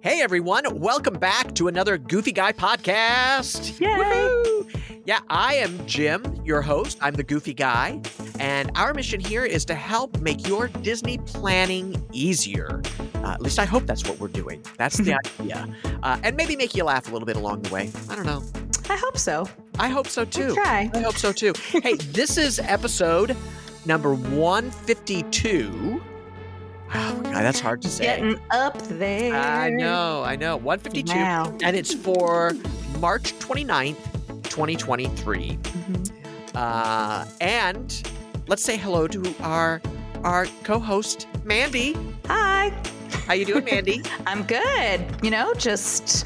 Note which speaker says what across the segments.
Speaker 1: Hey everyone, welcome back to another Goofy Guy podcast.
Speaker 2: Yay!
Speaker 1: Woohoo! Yeah, I am Jim, your host. I'm the Goofy Guy, and our mission here is to help make your Disney planning easier. Uh, at least I hope that's what we're doing. That's the idea. Uh, and maybe make you laugh a little bit along the way. I don't know.
Speaker 2: I hope so.
Speaker 1: I hope so too.
Speaker 2: We'll try.
Speaker 1: I hope so too. hey, this is episode number 152. Oh, God, that's hard to say.
Speaker 2: Getting up there.
Speaker 1: I know, I know. 152.
Speaker 2: Wow.
Speaker 1: And it's for March 29th, 2023.
Speaker 2: Mhm.
Speaker 1: Uh, and let's say hello to our our co-host Mandy.
Speaker 2: Hi,
Speaker 1: How you doing, Mandy?
Speaker 2: I'm good. You know, just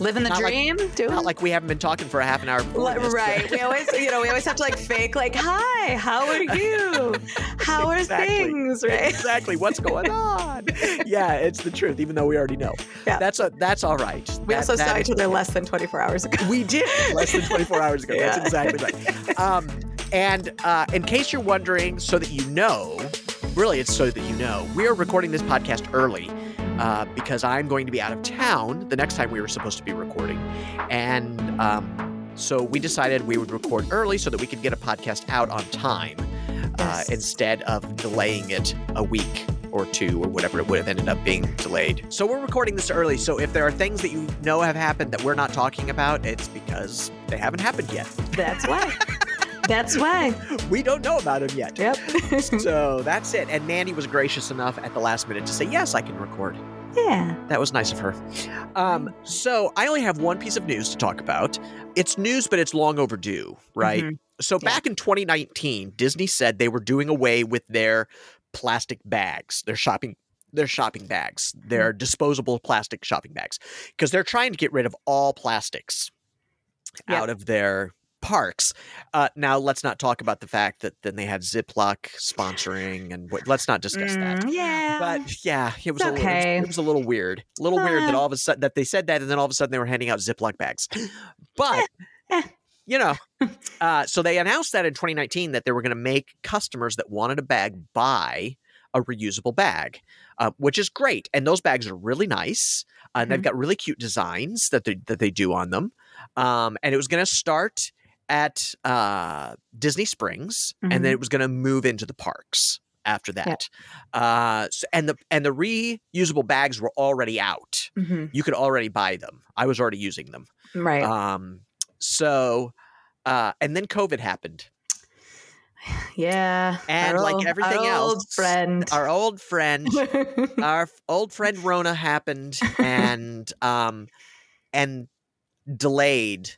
Speaker 2: living the
Speaker 1: Not like-
Speaker 2: dream. doing
Speaker 1: Not like we haven't been talking for a half an hour. before
Speaker 2: Li-
Speaker 1: this, but-
Speaker 2: right. We always, you know, we always have to like fake, like, "Hi, how are you? How are
Speaker 1: Exactly.
Speaker 2: things?" Right?
Speaker 1: Exactly. What's going on? yeah, it's the truth, even though we already know.
Speaker 2: Yeah.
Speaker 1: That's a, that's all right.
Speaker 2: We
Speaker 1: That-
Speaker 2: also
Speaker 1: that
Speaker 2: saw
Speaker 1: is-
Speaker 2: each other less than 24 hours ago.
Speaker 1: We did less than 24 hours ago. That's exactly right. Um, and uh, in case you're wondering, so that you know, really, it's so that you know, we're recording this podcast early uh, because I'm going to be out of town the next time we were supposed to be recording. And um, so we decided we would record early so that we could get a podcast out on time
Speaker 2: Yes.
Speaker 1: uh, instead of delaying it a week or two or whatever it would have ended up being delayed. So we're recording this early. So if there are things that you know have happened that we're not talking about, it's because they haven't happened yet.
Speaker 2: That's why. That's why.
Speaker 1: We don't know about them yet.
Speaker 2: Yep.
Speaker 1: so that's it. And Mandy was gracious enough at the last minute to say, yes, I can record.
Speaker 2: yeah.
Speaker 1: That was nice of her. Um, so I only have one piece of news to talk about. It's news, but it's long overdue, right?
Speaker 2: Mhm.
Speaker 1: So
Speaker 2: Yeah.
Speaker 1: back in 2019, Disney said they were doing away with their plastic bags, their shopping their shopping bags,
Speaker 2: Mm-hmm.
Speaker 1: their disposable plastic shopping bags because they're trying to get rid of all plastics
Speaker 2: Yep.
Speaker 1: out of their parks. Uh, now let's not talk about the fact that then they had Ziploc sponsoring and what, let's not discuss that
Speaker 2: Mm, yeah.
Speaker 1: but yeah, it was
Speaker 2: It's
Speaker 1: a little, it was-
Speaker 2: okay.
Speaker 1: It was a little weird, a little weird that
Speaker 2: Uh.
Speaker 1: all of a sudden that they said that, and then all of a sudden they were handing out Ziploc bags. But
Speaker 2: eh.
Speaker 1: you know, uh, so they announced that in 2019 that they were going to make customers that wanted a bag buy a reusable bag, uh, which is great, and those bags are really nice, uh, and they've
Speaker 2: Mhm.
Speaker 1: got really cute designs that they that they do on them, um, and it was going to start at uh, Disney Springs, and then
Speaker 2: Mhm.
Speaker 1: it was going to move into the parks after that.
Speaker 2: Yep.
Speaker 1: Uh, so, and the and the reusable bags were already out.
Speaker 2: Mhm.
Speaker 1: You could already buy them. I was already using them.
Speaker 2: Right.
Speaker 1: Um, so, uh, and then COVID happened,
Speaker 2: yeah.
Speaker 1: and
Speaker 2: Our
Speaker 1: like
Speaker 2: old-
Speaker 1: everything
Speaker 2: our
Speaker 1: else, uh,
Speaker 2: old friend.
Speaker 1: our old friend, our f- old friend Rona happened, and um, and delayed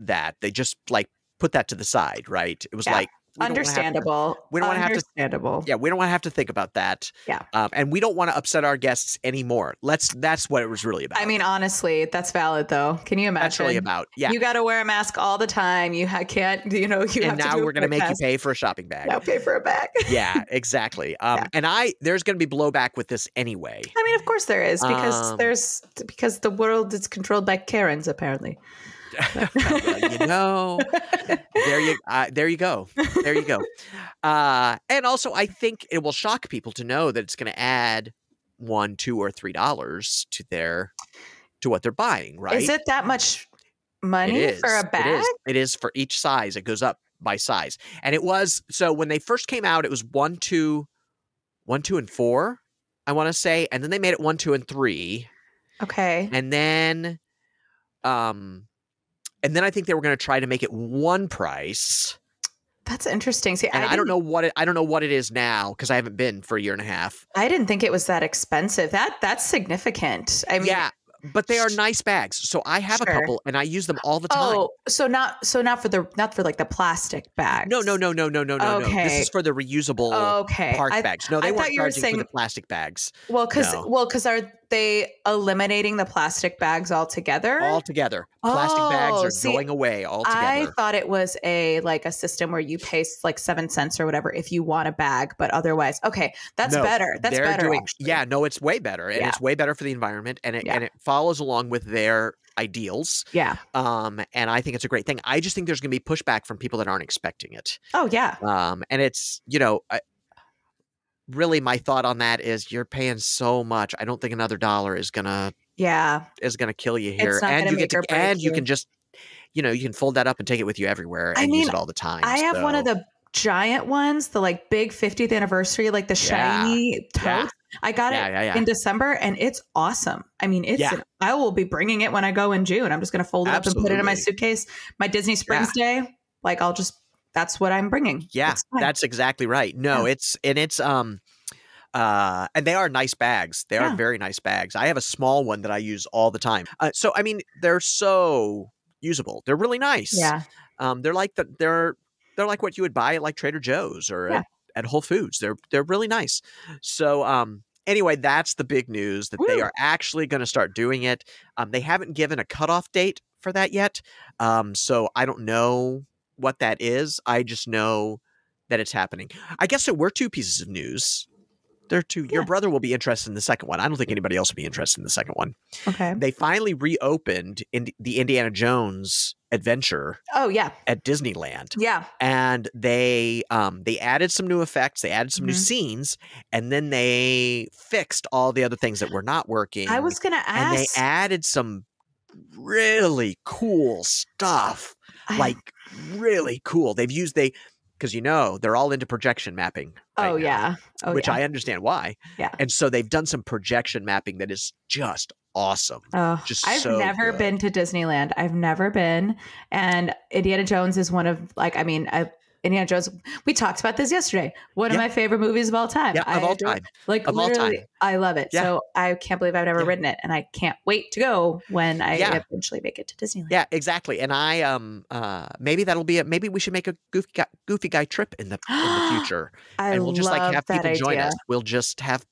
Speaker 1: that. They just like put that to the side, right? It was
Speaker 2: Yeah.
Speaker 1: like we don't wanna have to-
Speaker 2: understandable.
Speaker 1: we don't wanna have to-
Speaker 2: understandable.
Speaker 1: Yeah, we don't want to have to think about that.
Speaker 2: Yeah.
Speaker 1: um, and we don't want to upset our guests anymore. Let's. That's what it was really about.
Speaker 2: I mean, honestly, that's valid though. Can you imagine?
Speaker 1: that's really about. Yeah.
Speaker 2: You got to wear a mask all the time. You ha- can't, you know, you have
Speaker 1: and now
Speaker 2: to do
Speaker 1: we're going to make you
Speaker 2: pay.
Speaker 1: pay for a shopping bag.
Speaker 2: Now pay for a bag.
Speaker 1: yeah, exactly. Um,
Speaker 2: Yeah.
Speaker 1: And I there's going to be blowback with this anyway.
Speaker 2: I mean, of course there is because
Speaker 1: Um,
Speaker 2: there's because the world is controlled by Karens apparently.
Speaker 1: Well, you know, there you uh, there you go, there you go. Uh, and also, I think it will shock people to know that it's going to add one, two, or three dollars to their to what they're buying. Right?
Speaker 2: Is it that much
Speaker 1: It
Speaker 2: money
Speaker 1: is.
Speaker 2: for a
Speaker 1: It
Speaker 2: bag?
Speaker 1: is. it is for each size. It goes up by size. And it was so when they first came out, it was one, two, one, two, and four, I want to say. And then they made it one, two, and three.
Speaker 2: Okay.
Speaker 1: And then um and then I think they were going to try to make it one price.
Speaker 2: That's interesting. See,
Speaker 1: And I, don't
Speaker 2: didn't-
Speaker 1: know what it I don't know what it is now because I haven't been for a year and a half.
Speaker 2: I didn't think it was that expensive. That that's significant. I mean,
Speaker 1: yeah. But they are nice bags. So I have a
Speaker 2: Sure.
Speaker 1: couple and I use them all the time.
Speaker 2: Oh, so not so not for the not for like the plastic bags.
Speaker 1: No, no, no, no, no, no, no, no. This
Speaker 2: Okay.
Speaker 1: is for the reusable
Speaker 2: Okay.
Speaker 1: park
Speaker 2: I,
Speaker 1: bags. No, they
Speaker 2: I
Speaker 1: weren't
Speaker 2: thought you were
Speaker 1: charging for the
Speaker 2: saying-
Speaker 1: plastic bags
Speaker 2: well, because
Speaker 1: No.
Speaker 2: well, because are they eliminating the plastic bags altogether?
Speaker 1: altogether. Plastic bags
Speaker 2: Oh,
Speaker 1: are
Speaker 2: see,
Speaker 1: going away
Speaker 2: I
Speaker 1: altogether.
Speaker 2: thought it was a like a system where you pay s- like seven cents or whatever if you want a bag, but otherwise, okay, that's
Speaker 1: No,
Speaker 2: better. That's
Speaker 1: They're
Speaker 2: better.
Speaker 1: doing-
Speaker 2: actually.
Speaker 1: yeah, no, it's way better, and
Speaker 2: Yeah.
Speaker 1: it's way better for the environment, and it
Speaker 2: Yeah.
Speaker 1: and it follows along with their ideals.
Speaker 2: yeah.
Speaker 1: Um, and I think it's a great thing. I just think there's going to be pushback from people that aren't expecting it.
Speaker 2: Oh yeah.
Speaker 1: Um, and it's you know, I, really, my thought on that is you're paying so much. I don't think another dollar is gonna
Speaker 2: Yeah.
Speaker 1: is going to kill you here,
Speaker 2: not
Speaker 1: and
Speaker 2: gonna
Speaker 1: you get
Speaker 2: make
Speaker 1: to
Speaker 2: or break
Speaker 1: and you
Speaker 2: you.
Speaker 1: can just you know you can fold that up and take it with you everywhere and
Speaker 2: I
Speaker 1: use
Speaker 2: mean,
Speaker 1: it all the time.
Speaker 2: I have one of
Speaker 1: so-
Speaker 2: the giant ones, the like big 50th anniversary, like the
Speaker 1: Yeah.
Speaker 2: shiny tote.
Speaker 1: Yeah.
Speaker 2: I got
Speaker 1: yeah
Speaker 2: it
Speaker 1: yeah yeah
Speaker 2: in December and it's awesome. I mean, it's
Speaker 1: Yeah.
Speaker 2: an- I will be bringing it when I go in June. I'm just going to fold it up and put it in my
Speaker 1: Absolutely.
Speaker 2: suitcase. My Disney Springs day, like I'll just that's what I'm bringing.
Speaker 1: yeah.
Speaker 2: It's fine.
Speaker 1: That's exactly right. No, it's and it's um uh and they are nice bags. They are
Speaker 2: Yeah.
Speaker 1: very nice bags. I have a small one that I use all the time. Uh, so I mean, they're so usable. They're really nice.
Speaker 2: yeah.
Speaker 1: Um, they're like the they're they're like what you would buy at like Trader Joe's or
Speaker 2: Yeah.
Speaker 1: at, at Whole Foods. They're they're really nice. So um anyway, that's the big news that they
Speaker 2: Woo.
Speaker 1: are actually going to start doing it. Um, they haven't given a cutoff date for that yet. Um, so I don't know what that is. I just know that it's happening. I guess there were two pieces of news. There are two. Your
Speaker 2: Yeah.
Speaker 1: brother will be interested in the second one. I don't think anybody else will be interested in the second one.
Speaker 2: Okay.
Speaker 1: They finally reopened in the Indiana Jones adventure
Speaker 2: Oh yeah.
Speaker 1: at Disneyland,
Speaker 2: Yeah.
Speaker 1: and they um, they added some new effects, they added some new
Speaker 2: Mhm.
Speaker 1: scenes, and then they fixed all the other things that were not working.
Speaker 2: I was going to
Speaker 1: and they
Speaker 2: ask
Speaker 1: added some really cool stuff,
Speaker 2: I-
Speaker 1: like really cool. They've used they because you know they're all into projection mapping. right now,
Speaker 2: Oh yeah. Oh
Speaker 1: which
Speaker 2: yeah.
Speaker 1: I understand why.
Speaker 2: Yeah.
Speaker 1: and so they've done some projection mapping that is just awesome.
Speaker 2: Oh,
Speaker 1: just
Speaker 2: I've
Speaker 1: so
Speaker 2: never
Speaker 1: good.
Speaker 2: been to Disneyland. I've never been, and Indiana Jones is one of like I mean, I, Indiana Jones. We talked about this yesterday. One
Speaker 1: Yeah.
Speaker 2: of my favorite movies of all time.
Speaker 1: Yeah, of
Speaker 2: I
Speaker 1: all
Speaker 2: adore-
Speaker 1: time.
Speaker 2: Like
Speaker 1: Of all
Speaker 2: literally,
Speaker 1: time.
Speaker 2: I love it.
Speaker 1: Yeah.
Speaker 2: So I can't believe I've never
Speaker 1: Yeah.
Speaker 2: ridden it, and I can't wait to go when I
Speaker 1: Yeah.
Speaker 2: eventually make it to Disneyland.
Speaker 1: Yeah, exactly. And I um uh maybe that'll be a maybe we should make a goofy guy, goofy guy trip in the in the future,
Speaker 2: I
Speaker 1: and we'll just like
Speaker 2: love
Speaker 1: have
Speaker 2: that
Speaker 1: people join
Speaker 2: idea.
Speaker 1: us. We'll just have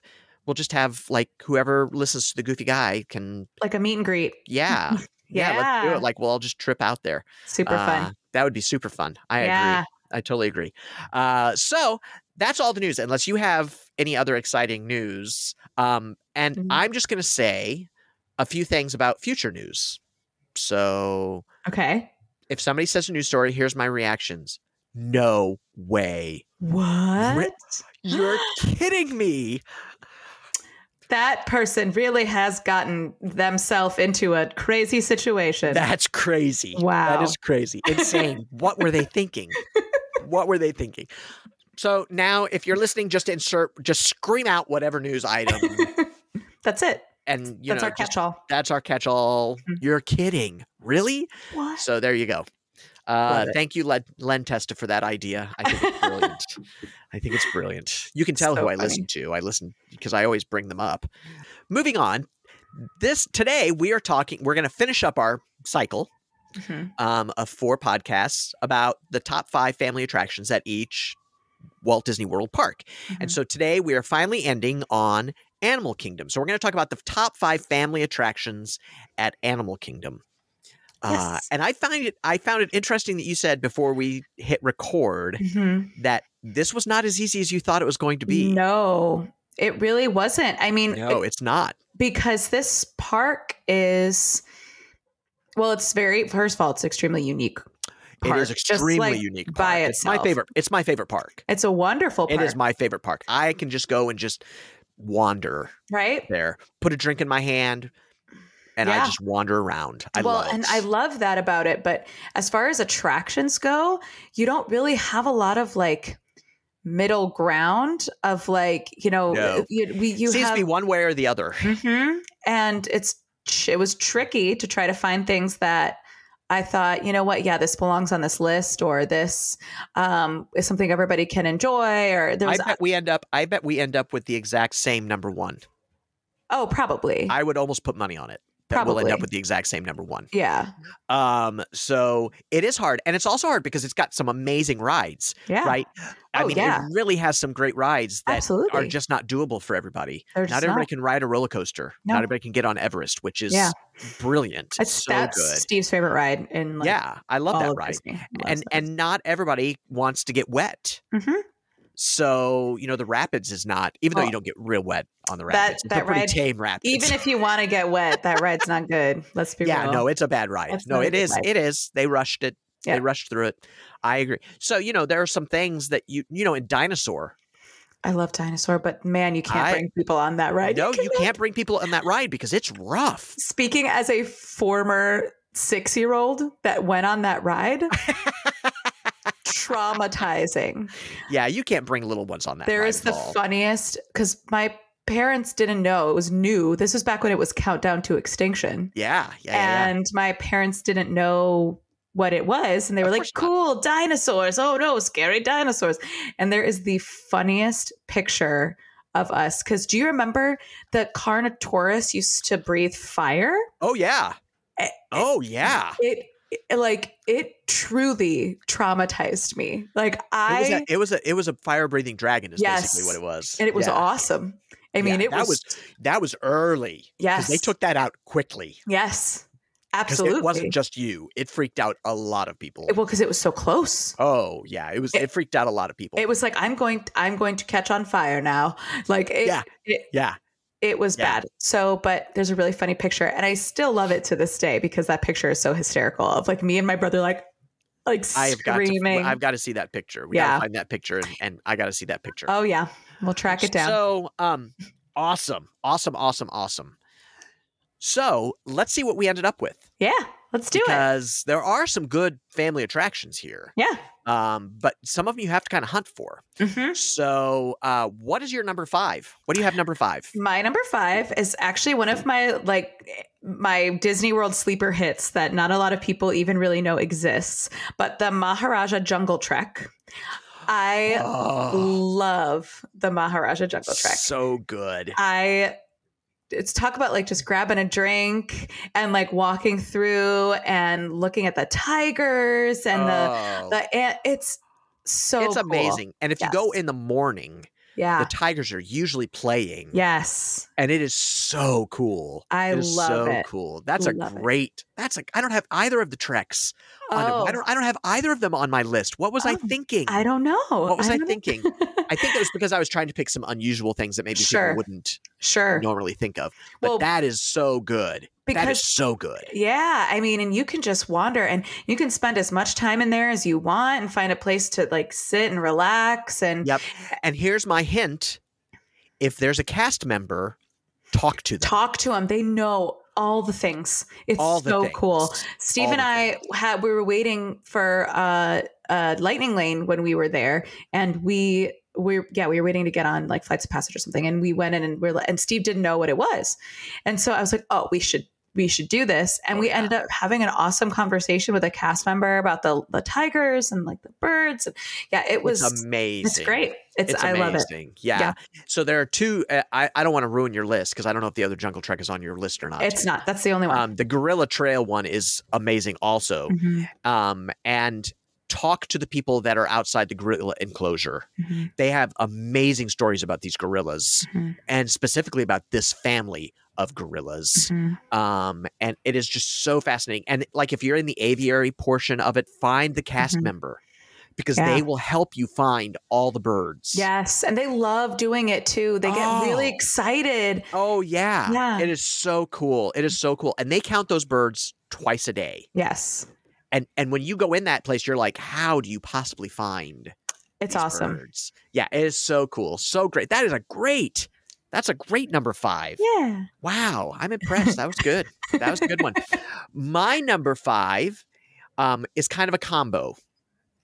Speaker 1: we'll just have like whoever listens to the goofy guy can
Speaker 2: like a meet and greet.
Speaker 1: yeah yeah, let's do
Speaker 2: Yeah.
Speaker 1: it. Like we'll all just trip out there.
Speaker 2: Super
Speaker 1: Uh,
Speaker 2: fun.
Speaker 1: That would be super fun. I
Speaker 2: yeah.
Speaker 1: agree. I totally agree. Uh, so that's all the news, unless you have any other exciting news. Um, and
Speaker 2: Mhm.
Speaker 1: I'm just gonna say a few things about future news. So
Speaker 2: Okay.
Speaker 1: if somebody says a news story, here's my reactions. No way.
Speaker 2: What?
Speaker 1: You're kidding me.
Speaker 2: that person really has gotten themselves into a crazy situation.
Speaker 1: That's crazy. That
Speaker 2: Wow.
Speaker 1: is crazy. Insane. what were they thinking? What were they thinking? So now if you're listening, just insert just scream out whatever news item
Speaker 2: That's it.
Speaker 1: and you
Speaker 2: That's
Speaker 1: know
Speaker 2: our
Speaker 1: just-
Speaker 2: catch-all.
Speaker 1: that's our catch all.
Speaker 2: Mhm.
Speaker 1: You're kidding. Really?
Speaker 2: What?
Speaker 1: So there you go. Uh,
Speaker 2: Love it.
Speaker 1: thank you, Len, Len Testa, for that idea. I think it's brilliant. I think it's brilliant. You can tell
Speaker 2: So
Speaker 1: who I
Speaker 2: funny.
Speaker 1: listen to. I listen because I always bring them up. Moving on, this today we are talking. We're going to finish up our cycle
Speaker 2: Mhm.
Speaker 1: um, of four podcasts about the top five family attractions at each Walt Disney World park. And
Speaker 2: Mhm.
Speaker 1: so today we are finally ending on Animal Kingdom. So we're going to talk about the top five family attractions at Animal Kingdom. Uh,
Speaker 2: Yes.
Speaker 1: and I find it I found it interesting that you said before we hit record
Speaker 2: Mhm.
Speaker 1: that this was not as easy as you thought it was going to be.
Speaker 2: No, it really wasn't. I mean,
Speaker 1: No, it's not.
Speaker 2: because this park is, well, it's very, first of all, it's extremely unique.
Speaker 1: it
Speaker 2: Park,
Speaker 1: is
Speaker 2: just
Speaker 1: extremely
Speaker 2: like
Speaker 1: unique. Park.
Speaker 2: by
Speaker 1: it's my
Speaker 2: itself.
Speaker 1: favorite. It's my favorite park.
Speaker 2: It's a wonderful park,
Speaker 1: It is my favorite park. I can just go and just wander
Speaker 2: right?
Speaker 1: there, put a drink in my hand, and I
Speaker 2: Yeah.
Speaker 1: just wander around. I
Speaker 2: well,
Speaker 1: love it.
Speaker 2: and I love that about it. But as far as attractions go, you don't really have a lot of like middle ground of like, you know,
Speaker 1: No.
Speaker 2: you, we, you
Speaker 1: seems
Speaker 2: have
Speaker 1: to be one way or the other. Mm-hmm.
Speaker 2: hmm And it's it was tricky to try to find things that I thought, you know what, yeah, this belongs on this list, or this um, is something everybody can enjoy, or there
Speaker 1: I
Speaker 2: was
Speaker 1: bet we end up. I bet we end up with the exact same number one.
Speaker 2: oh, probably,
Speaker 1: I would almost put money on it. That we'll end up
Speaker 2: Probably.
Speaker 1: with the exact same number one.
Speaker 2: yeah,
Speaker 1: Um, so it is hard, and it's also hard because it's got some amazing rides,
Speaker 2: yeah,
Speaker 1: right? I
Speaker 2: Oh,
Speaker 1: mean,
Speaker 2: yeah.
Speaker 1: it really has some great rides that
Speaker 2: absolutely.
Speaker 1: are just not doable for everybody.
Speaker 2: They're
Speaker 1: Not
Speaker 2: just
Speaker 1: everybody can ride a roller coaster.
Speaker 2: No.
Speaker 1: Not everybody can get on Everest, which is
Speaker 2: Yeah.
Speaker 1: brilliant. It's
Speaker 2: It's-
Speaker 1: so
Speaker 2: that's
Speaker 1: good.
Speaker 2: Steve's favorite ride, in like
Speaker 1: yeah, I love
Speaker 2: all
Speaker 1: that
Speaker 2: of
Speaker 1: ride.
Speaker 2: Disney. Loves
Speaker 1: And
Speaker 2: that.
Speaker 1: and not everybody wants to get wet.
Speaker 2: Mhm.
Speaker 1: So you know the rapids is not, even though you
Speaker 2: Well,
Speaker 1: don't get real wet on the
Speaker 2: Oh. that-
Speaker 1: rapids. it's a
Speaker 2: that
Speaker 1: pretty
Speaker 2: ride-
Speaker 1: tame rapids.
Speaker 2: even if you want to get wet, that ride's not good. Let's be
Speaker 1: yeah,
Speaker 2: real.
Speaker 1: no, it's a bad ride.
Speaker 2: That's
Speaker 1: no,
Speaker 2: not a
Speaker 1: it
Speaker 2: good
Speaker 1: is.
Speaker 2: ride.
Speaker 1: It is. They rushed it.
Speaker 2: Yeah.
Speaker 1: They rushed through it. I agree. So you know there are some things that you you know in dinosaur
Speaker 2: I love dinosaur, but man, you can't
Speaker 1: I-
Speaker 2: bring people on that ride.
Speaker 1: No, you
Speaker 2: cannot.
Speaker 1: can't bring people on that ride because it's rough.
Speaker 2: Speaking as a former six year old that went on that ride, traumatizing.
Speaker 1: Yeah, you can't bring little ones on that.
Speaker 2: There
Speaker 1: ride
Speaker 2: is
Speaker 1: at
Speaker 2: the
Speaker 1: all.
Speaker 2: funniest because my parents didn't know it was new. This was back when it was Countdown to Extinction.
Speaker 1: Yeah, yeah, yeah, yeah.
Speaker 2: and my parents didn't know what it was and they were
Speaker 1: Of course
Speaker 2: like
Speaker 1: not.
Speaker 2: cool dinosaurs oh no scary dinosaurs and there is the funniest picture of us because do you remember the carnotaurus used to breathe fire
Speaker 1: Oh yeah.
Speaker 2: Eh,
Speaker 1: Oh yeah.
Speaker 2: it, it- like it truly traumatized me like
Speaker 1: It was,
Speaker 2: i
Speaker 1: a, it was a it was a fire breathing dragon is basically
Speaker 2: Yes.
Speaker 1: what it was.
Speaker 2: and it was
Speaker 1: Yeah.
Speaker 2: awesome i mean
Speaker 1: Yeah,
Speaker 2: it
Speaker 1: that
Speaker 2: was,
Speaker 1: was- That was early. 'cause
Speaker 2: yes
Speaker 1: They took that out quickly.
Speaker 2: yes
Speaker 1: 'Cause
Speaker 2: absolutely
Speaker 1: It wasn't just you. It freaked out a lot of people.
Speaker 2: well because it was so close
Speaker 1: oh yeah. It was it,
Speaker 2: It-
Speaker 1: freaked out a lot of people.
Speaker 2: it was like i'm going i'm going to catch on fire now like it,
Speaker 1: Yeah.
Speaker 2: it
Speaker 1: yeah.
Speaker 2: it was
Speaker 1: Yeah.
Speaker 2: bad. So, but there's a really funny picture, and I still love it to this day because that picture is so hysterical of like me and my brother like like
Speaker 1: I have got
Speaker 2: screaming.
Speaker 1: to I've got to see that picture. We
Speaker 2: Yeah.
Speaker 1: gotta find that picture and, and I gotta see that picture.
Speaker 2: oh yeah, we'll track it down.
Speaker 1: So, um, awesome, awesome, awesome, awesome. So let's see what we ended up with
Speaker 2: yeah, let's do it.
Speaker 1: because there are some good family attractions here,
Speaker 2: Yeah.
Speaker 1: um, but some of them you have to kind of hunt for.
Speaker 2: Mhm.
Speaker 1: So, uh, what is your number five? What do you have number five?
Speaker 2: My number five is actually one of my like my Disney World sleeper hits that not a lot of people even really know exists, but the Maharaja Jungle Trek. I
Speaker 1: Oh,
Speaker 2: love the Maharaja Jungle Trek.
Speaker 1: so good.
Speaker 2: I it's talk about like just grabbing a drink and like walking through and looking at the tigers and
Speaker 1: Oh,
Speaker 2: the the ant. It's so
Speaker 1: it's
Speaker 2: cool.
Speaker 1: amazing. And if you go
Speaker 2: Yes.
Speaker 1: in the morning,
Speaker 2: Yeah.
Speaker 1: the tigers are usually playing.
Speaker 2: yes.
Speaker 1: and it is so cool.
Speaker 2: I
Speaker 1: It is
Speaker 2: love
Speaker 1: so
Speaker 2: it.
Speaker 1: cool. That's a
Speaker 2: Love it.
Speaker 1: great. That's a. I don't have either of the treks. On
Speaker 2: Oh,
Speaker 1: I don't. I don't have either of them on my list. What was I
Speaker 2: Oh,
Speaker 1: thinking?
Speaker 2: I don't know.
Speaker 1: What was I,
Speaker 2: don't know.
Speaker 1: thinking? I think it was because I was trying to pick some unusual things that maybe
Speaker 2: Sure.
Speaker 1: people wouldn't
Speaker 2: sure.
Speaker 1: normally think of. But
Speaker 2: Well,
Speaker 1: that is so good. that is
Speaker 2: because
Speaker 1: so good.
Speaker 2: yeah, I mean, and you can just wander and you can spend as much time in there as you want and find a place to like sit and relax and
Speaker 1: Yep. And here's my hint: if there's a cast member, talk to them.
Speaker 2: talk to them. They know all the things. It's
Speaker 1: All the
Speaker 2: so
Speaker 1: things.
Speaker 2: cool. Steve
Speaker 1: All
Speaker 2: and
Speaker 1: the
Speaker 2: I had we were waiting for uh, uh, Lightning Lane when we were there, and we we yeah we were waiting to get on like flights of passage or something, and we went in and we're li- and Steve didn't know what it was, and so I was like, oh, we should we should do this, and
Speaker 1: Oh,
Speaker 2: we
Speaker 1: yeah.
Speaker 2: ended up having an awesome conversation with a cast member about the the tigers and like the birds, and yeah, it was
Speaker 1: it's
Speaker 2: it's,
Speaker 1: amazing.
Speaker 2: great. It's,
Speaker 1: It's
Speaker 2: I
Speaker 1: amazing.
Speaker 2: love it.
Speaker 1: Yeah.
Speaker 2: Yeah.
Speaker 1: So there are two. uh, I, I don't want to ruin your list because I don't know if the other Jungle Trek is on your list or not.
Speaker 2: It's not. That's the only one.
Speaker 1: um, the Gorilla Trail one is amazing also.
Speaker 2: Mhm,
Speaker 1: Um, and talk to the people that are outside the gorilla enclosure.
Speaker 2: mhm,
Speaker 1: They have amazing stories about these gorillas
Speaker 2: Mhm.
Speaker 1: and specifically about this family of gorillas.
Speaker 2: mhm.
Speaker 1: Um, and it is just so fascinating. And like if you're in the aviary portion of it, find the cast
Speaker 2: Mhm.
Speaker 1: member because
Speaker 2: Yeah.
Speaker 1: they will help you find all the birds.
Speaker 2: Yes, and they love doing it too. They get really
Speaker 1: Oh.
Speaker 2: excited.
Speaker 1: Oh yeah.
Speaker 2: Yeah.
Speaker 1: It is so cool. It is so cool. And they count those birds twice a day.
Speaker 2: Yes,
Speaker 1: And and when you go in that place, you're like, how do you possibly find
Speaker 2: it's
Speaker 1: these
Speaker 2: awesome.
Speaker 1: birds? Yeah, it is so cool. So great. That is a great. That's a great number five.
Speaker 2: Yeah.
Speaker 1: Wow. I'm impressed. That was good. that was a good one. My number five um, is kind of a combo.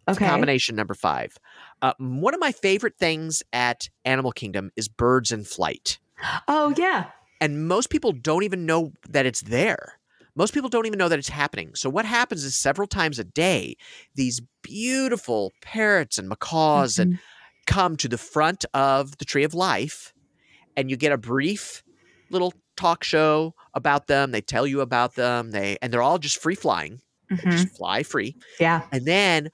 Speaker 1: It's a
Speaker 2: Okay.
Speaker 1: combination number five. Uh, one of my favorite things at Animal Kingdom is birds in flight.
Speaker 2: Oh yeah.
Speaker 1: And most people don't even know that it's there. Most people don't even know that it's happening. So, what happens is several times a day, these beautiful parrots and macaws and
Speaker 2: Mhm.
Speaker 1: come to the front of the Tree of Life, and you get a brief little talk show about them. They tell you about them. They and they're all just free flying, They
Speaker 2: Mhm.
Speaker 1: just fly free.
Speaker 2: Yeah.
Speaker 1: And then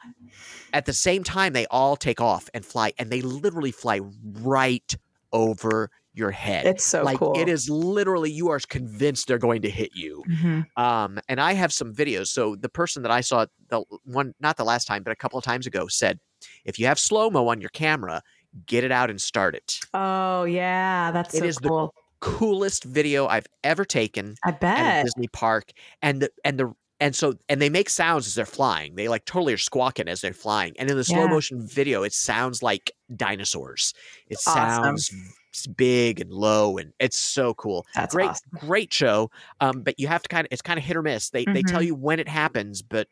Speaker 1: at the same time, they all take off and fly, and they literally fly right over your head
Speaker 2: It's so
Speaker 1: like
Speaker 2: cool.
Speaker 1: it is literally you are convinced they're going to hit you
Speaker 2: Mhm.
Speaker 1: um and i have some videos so the person that i saw the one not the last time but a couple of times ago said if you have slow mo on your camera get it out and start it
Speaker 2: Oh yeah, that's
Speaker 1: It
Speaker 2: so
Speaker 1: is the-
Speaker 2: cool.
Speaker 1: coolest video i've ever taken
Speaker 2: I
Speaker 1: at a
Speaker 2: bet.
Speaker 1: disney park and the and the and so and they make sounds as they're flying they like totally are squawking as they're flying and in the slow
Speaker 2: Yeah.
Speaker 1: motion video it sounds like dinosaurs. It
Speaker 2: Awesome.
Speaker 1: sounds s- big and low, and it's so cool.
Speaker 2: That's
Speaker 1: great,
Speaker 2: awesome.
Speaker 1: great show. Um, but you have to kind of it's kind of hit or miss. They they tell you when it happens, but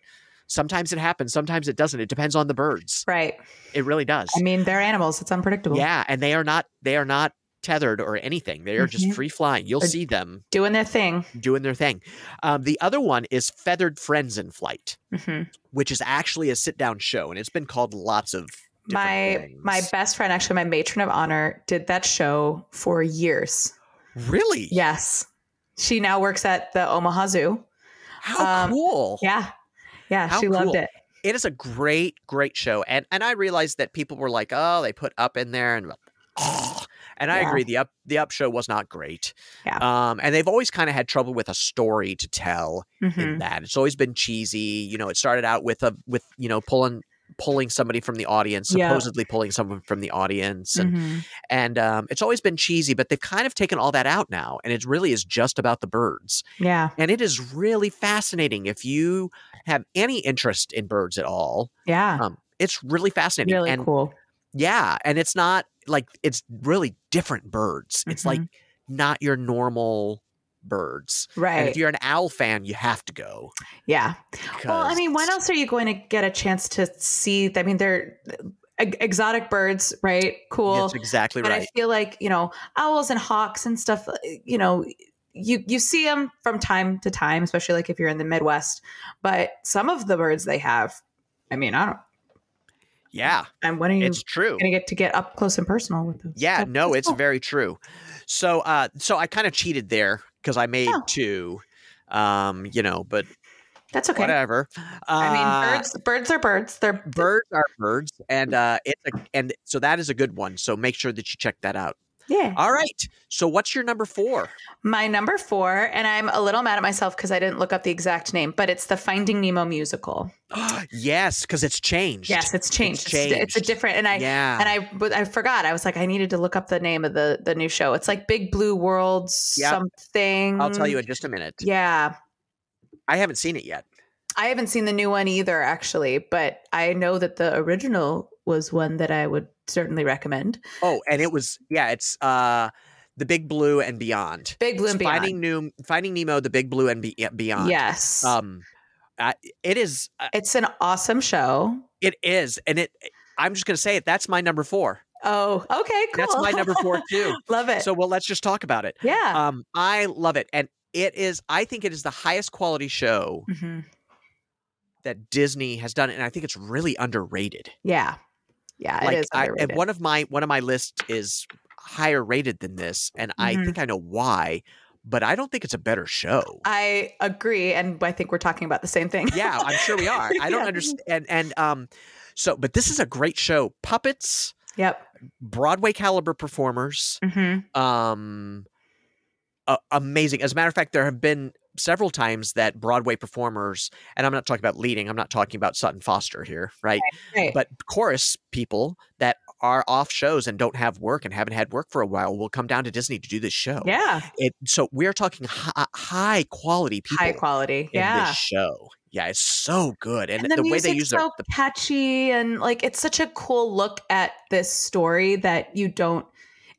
Speaker 1: sometimes it happens, sometimes it doesn't. It depends on the birds.
Speaker 2: Right.
Speaker 1: It really does.
Speaker 2: I mean, they're animals. It's unpredictable.
Speaker 1: Yeah, and they are not they are not tethered or anything. They are just
Speaker 2: Mhm.
Speaker 1: free flying. You'll
Speaker 2: Ad-
Speaker 1: see them
Speaker 2: Doing their thing.
Speaker 1: doing their thing. Um, the other one is Feathered Friends in Flight,
Speaker 2: hmm
Speaker 1: which is actually a sit down show, and it's been called lots of different
Speaker 2: My
Speaker 1: things.
Speaker 2: my best friend, actually, my matron of honor, did that show for years.
Speaker 1: really
Speaker 2: Yes. She now works at the Omaha Zoo.
Speaker 1: how
Speaker 2: um,
Speaker 1: cool.
Speaker 2: Yeah. Yeah.
Speaker 1: How
Speaker 2: she loved
Speaker 1: cool.
Speaker 2: it.
Speaker 1: It is a great great show, and and I realized that people were like, oh, they put up in there and. And I
Speaker 2: Yeah.
Speaker 1: agree. The up the up show was not great.
Speaker 2: Yeah.
Speaker 1: Um, and they've always kind of had trouble with a story to tell.
Speaker 2: Mhm.
Speaker 1: in that. It's always been cheesy. You know, it started out with a with you know pulling pulling somebody from the audience,
Speaker 2: Yeah.
Speaker 1: supposedly pulling someone from the audience, and
Speaker 2: Mhm.
Speaker 1: and um, it's always been cheesy. But they've kind of taken all that out now, and it really is just about the birds.
Speaker 2: Yeah.
Speaker 1: And it is really fascinating if you have any interest in birds at all.
Speaker 2: Yeah.
Speaker 1: Um, it's really fascinating.
Speaker 2: really
Speaker 1: and
Speaker 2: cool.
Speaker 1: yeah, and it's not like it's really different birds. It's like not your normal birds. And
Speaker 2: Mm-hmm. Right.
Speaker 1: if you're an owl fan, you have to go.
Speaker 2: Yeah. Well, I mean, when
Speaker 1: because-
Speaker 2: else are you going to get a chance to see? I mean, they're ex- exotic birds, right? Cool.
Speaker 1: That's exactly
Speaker 2: but
Speaker 1: right.
Speaker 2: I feel like you know owls and hawks and stuff. uh, You know, you you see them from time to time, especially like if you're in the Midwest. But some of the birds they have, I mean, I don't.
Speaker 1: yeah,
Speaker 2: And when are you
Speaker 1: it's true.
Speaker 2: going to get to get up close and personal with them?
Speaker 1: Yeah,
Speaker 2: So
Speaker 1: no,
Speaker 2: that's
Speaker 1: it's
Speaker 2: cool.
Speaker 1: very true. So, uh, so I kind of cheated there because I made
Speaker 2: Oh.
Speaker 1: two, um, you know, but
Speaker 2: that's okay.
Speaker 1: whatever.
Speaker 2: I
Speaker 1: Uh,
Speaker 2: mean, birds birds are birds. They're
Speaker 1: birds are birds, and uh, it's a, and so that is a good one. So make sure that you check that out.
Speaker 2: yeah.
Speaker 1: All right. So what's your number four?
Speaker 2: My number four, and I'm a little mad at myself because I didn't look up the exact name, but it's the Finding Nemo musical.
Speaker 1: yes, because it's changed.
Speaker 2: Yes, it's changed. It's, it's a
Speaker 1: changed.
Speaker 2: different, and I
Speaker 1: yeah.
Speaker 2: and I but I forgot. I was like, I needed to look up the name of the the new show. It's like Big Blue World
Speaker 1: Yep.
Speaker 2: something.
Speaker 1: I'll tell you in just a minute.
Speaker 2: mm, Yeah,
Speaker 1: I haven't seen it yet.
Speaker 2: I haven't seen the new one either, actually, but I know that the original was one that I would certainly recommend.
Speaker 1: Oh, and it was yeah, it's uh, the Big Blue and Beyond.
Speaker 2: Big Blue and
Speaker 1: It's
Speaker 2: Beyond.
Speaker 1: Finding Nemo, Finding Nemo, The Big Blue, and Be- uh, Beyond.
Speaker 2: Yes,
Speaker 1: Um, I, it is. uh,
Speaker 2: it's an awesome show.
Speaker 1: It is, and it. I'm just gonna say it. That's my number four.
Speaker 2: Oh, okay, cool.
Speaker 1: That's my number four too.
Speaker 2: Love it.
Speaker 1: So well, let's just talk about it.
Speaker 2: yeah.
Speaker 1: Um, I love it, and it is. I think it is the highest quality show
Speaker 2: Mhm.
Speaker 1: that Disney has done, and I think it's really underrated.
Speaker 2: Yeah. Yeah,
Speaker 1: like
Speaker 2: it is.
Speaker 1: I,
Speaker 2: underrated.
Speaker 1: and one of my one of my lists is higher rated than this, and I
Speaker 2: Mhm.
Speaker 1: think I know why, but I don't think it's a better show.
Speaker 2: I agree, and I think we're talking about the same thing.
Speaker 1: yeah, I'm sure we are. I don't
Speaker 2: Yeah.
Speaker 1: understand. And, and um, so, but this is a great show. Puppets,
Speaker 2: Yep.
Speaker 1: Broadway caliber performers,
Speaker 2: Mm-hmm.
Speaker 1: um, a- amazing. As a matter of fact, there have been several times that Broadway performers, and I'm not talking about leading. I'm not talking about Sutton Foster here, right?
Speaker 2: Right.
Speaker 1: But chorus people that are off shows and don't have work and haven't had work for a while will come down to Disney to do this show.
Speaker 2: yeah,
Speaker 1: It, so we're talking hi- uh, high quality people.
Speaker 2: high quality.
Speaker 1: in
Speaker 2: Yeah.
Speaker 1: this show. Yeah, it's so good, and,
Speaker 2: And the,
Speaker 1: the, way
Speaker 2: music's
Speaker 1: they use
Speaker 2: so
Speaker 1: their the,
Speaker 2: catchy and like it's such a cool look at this story that you don't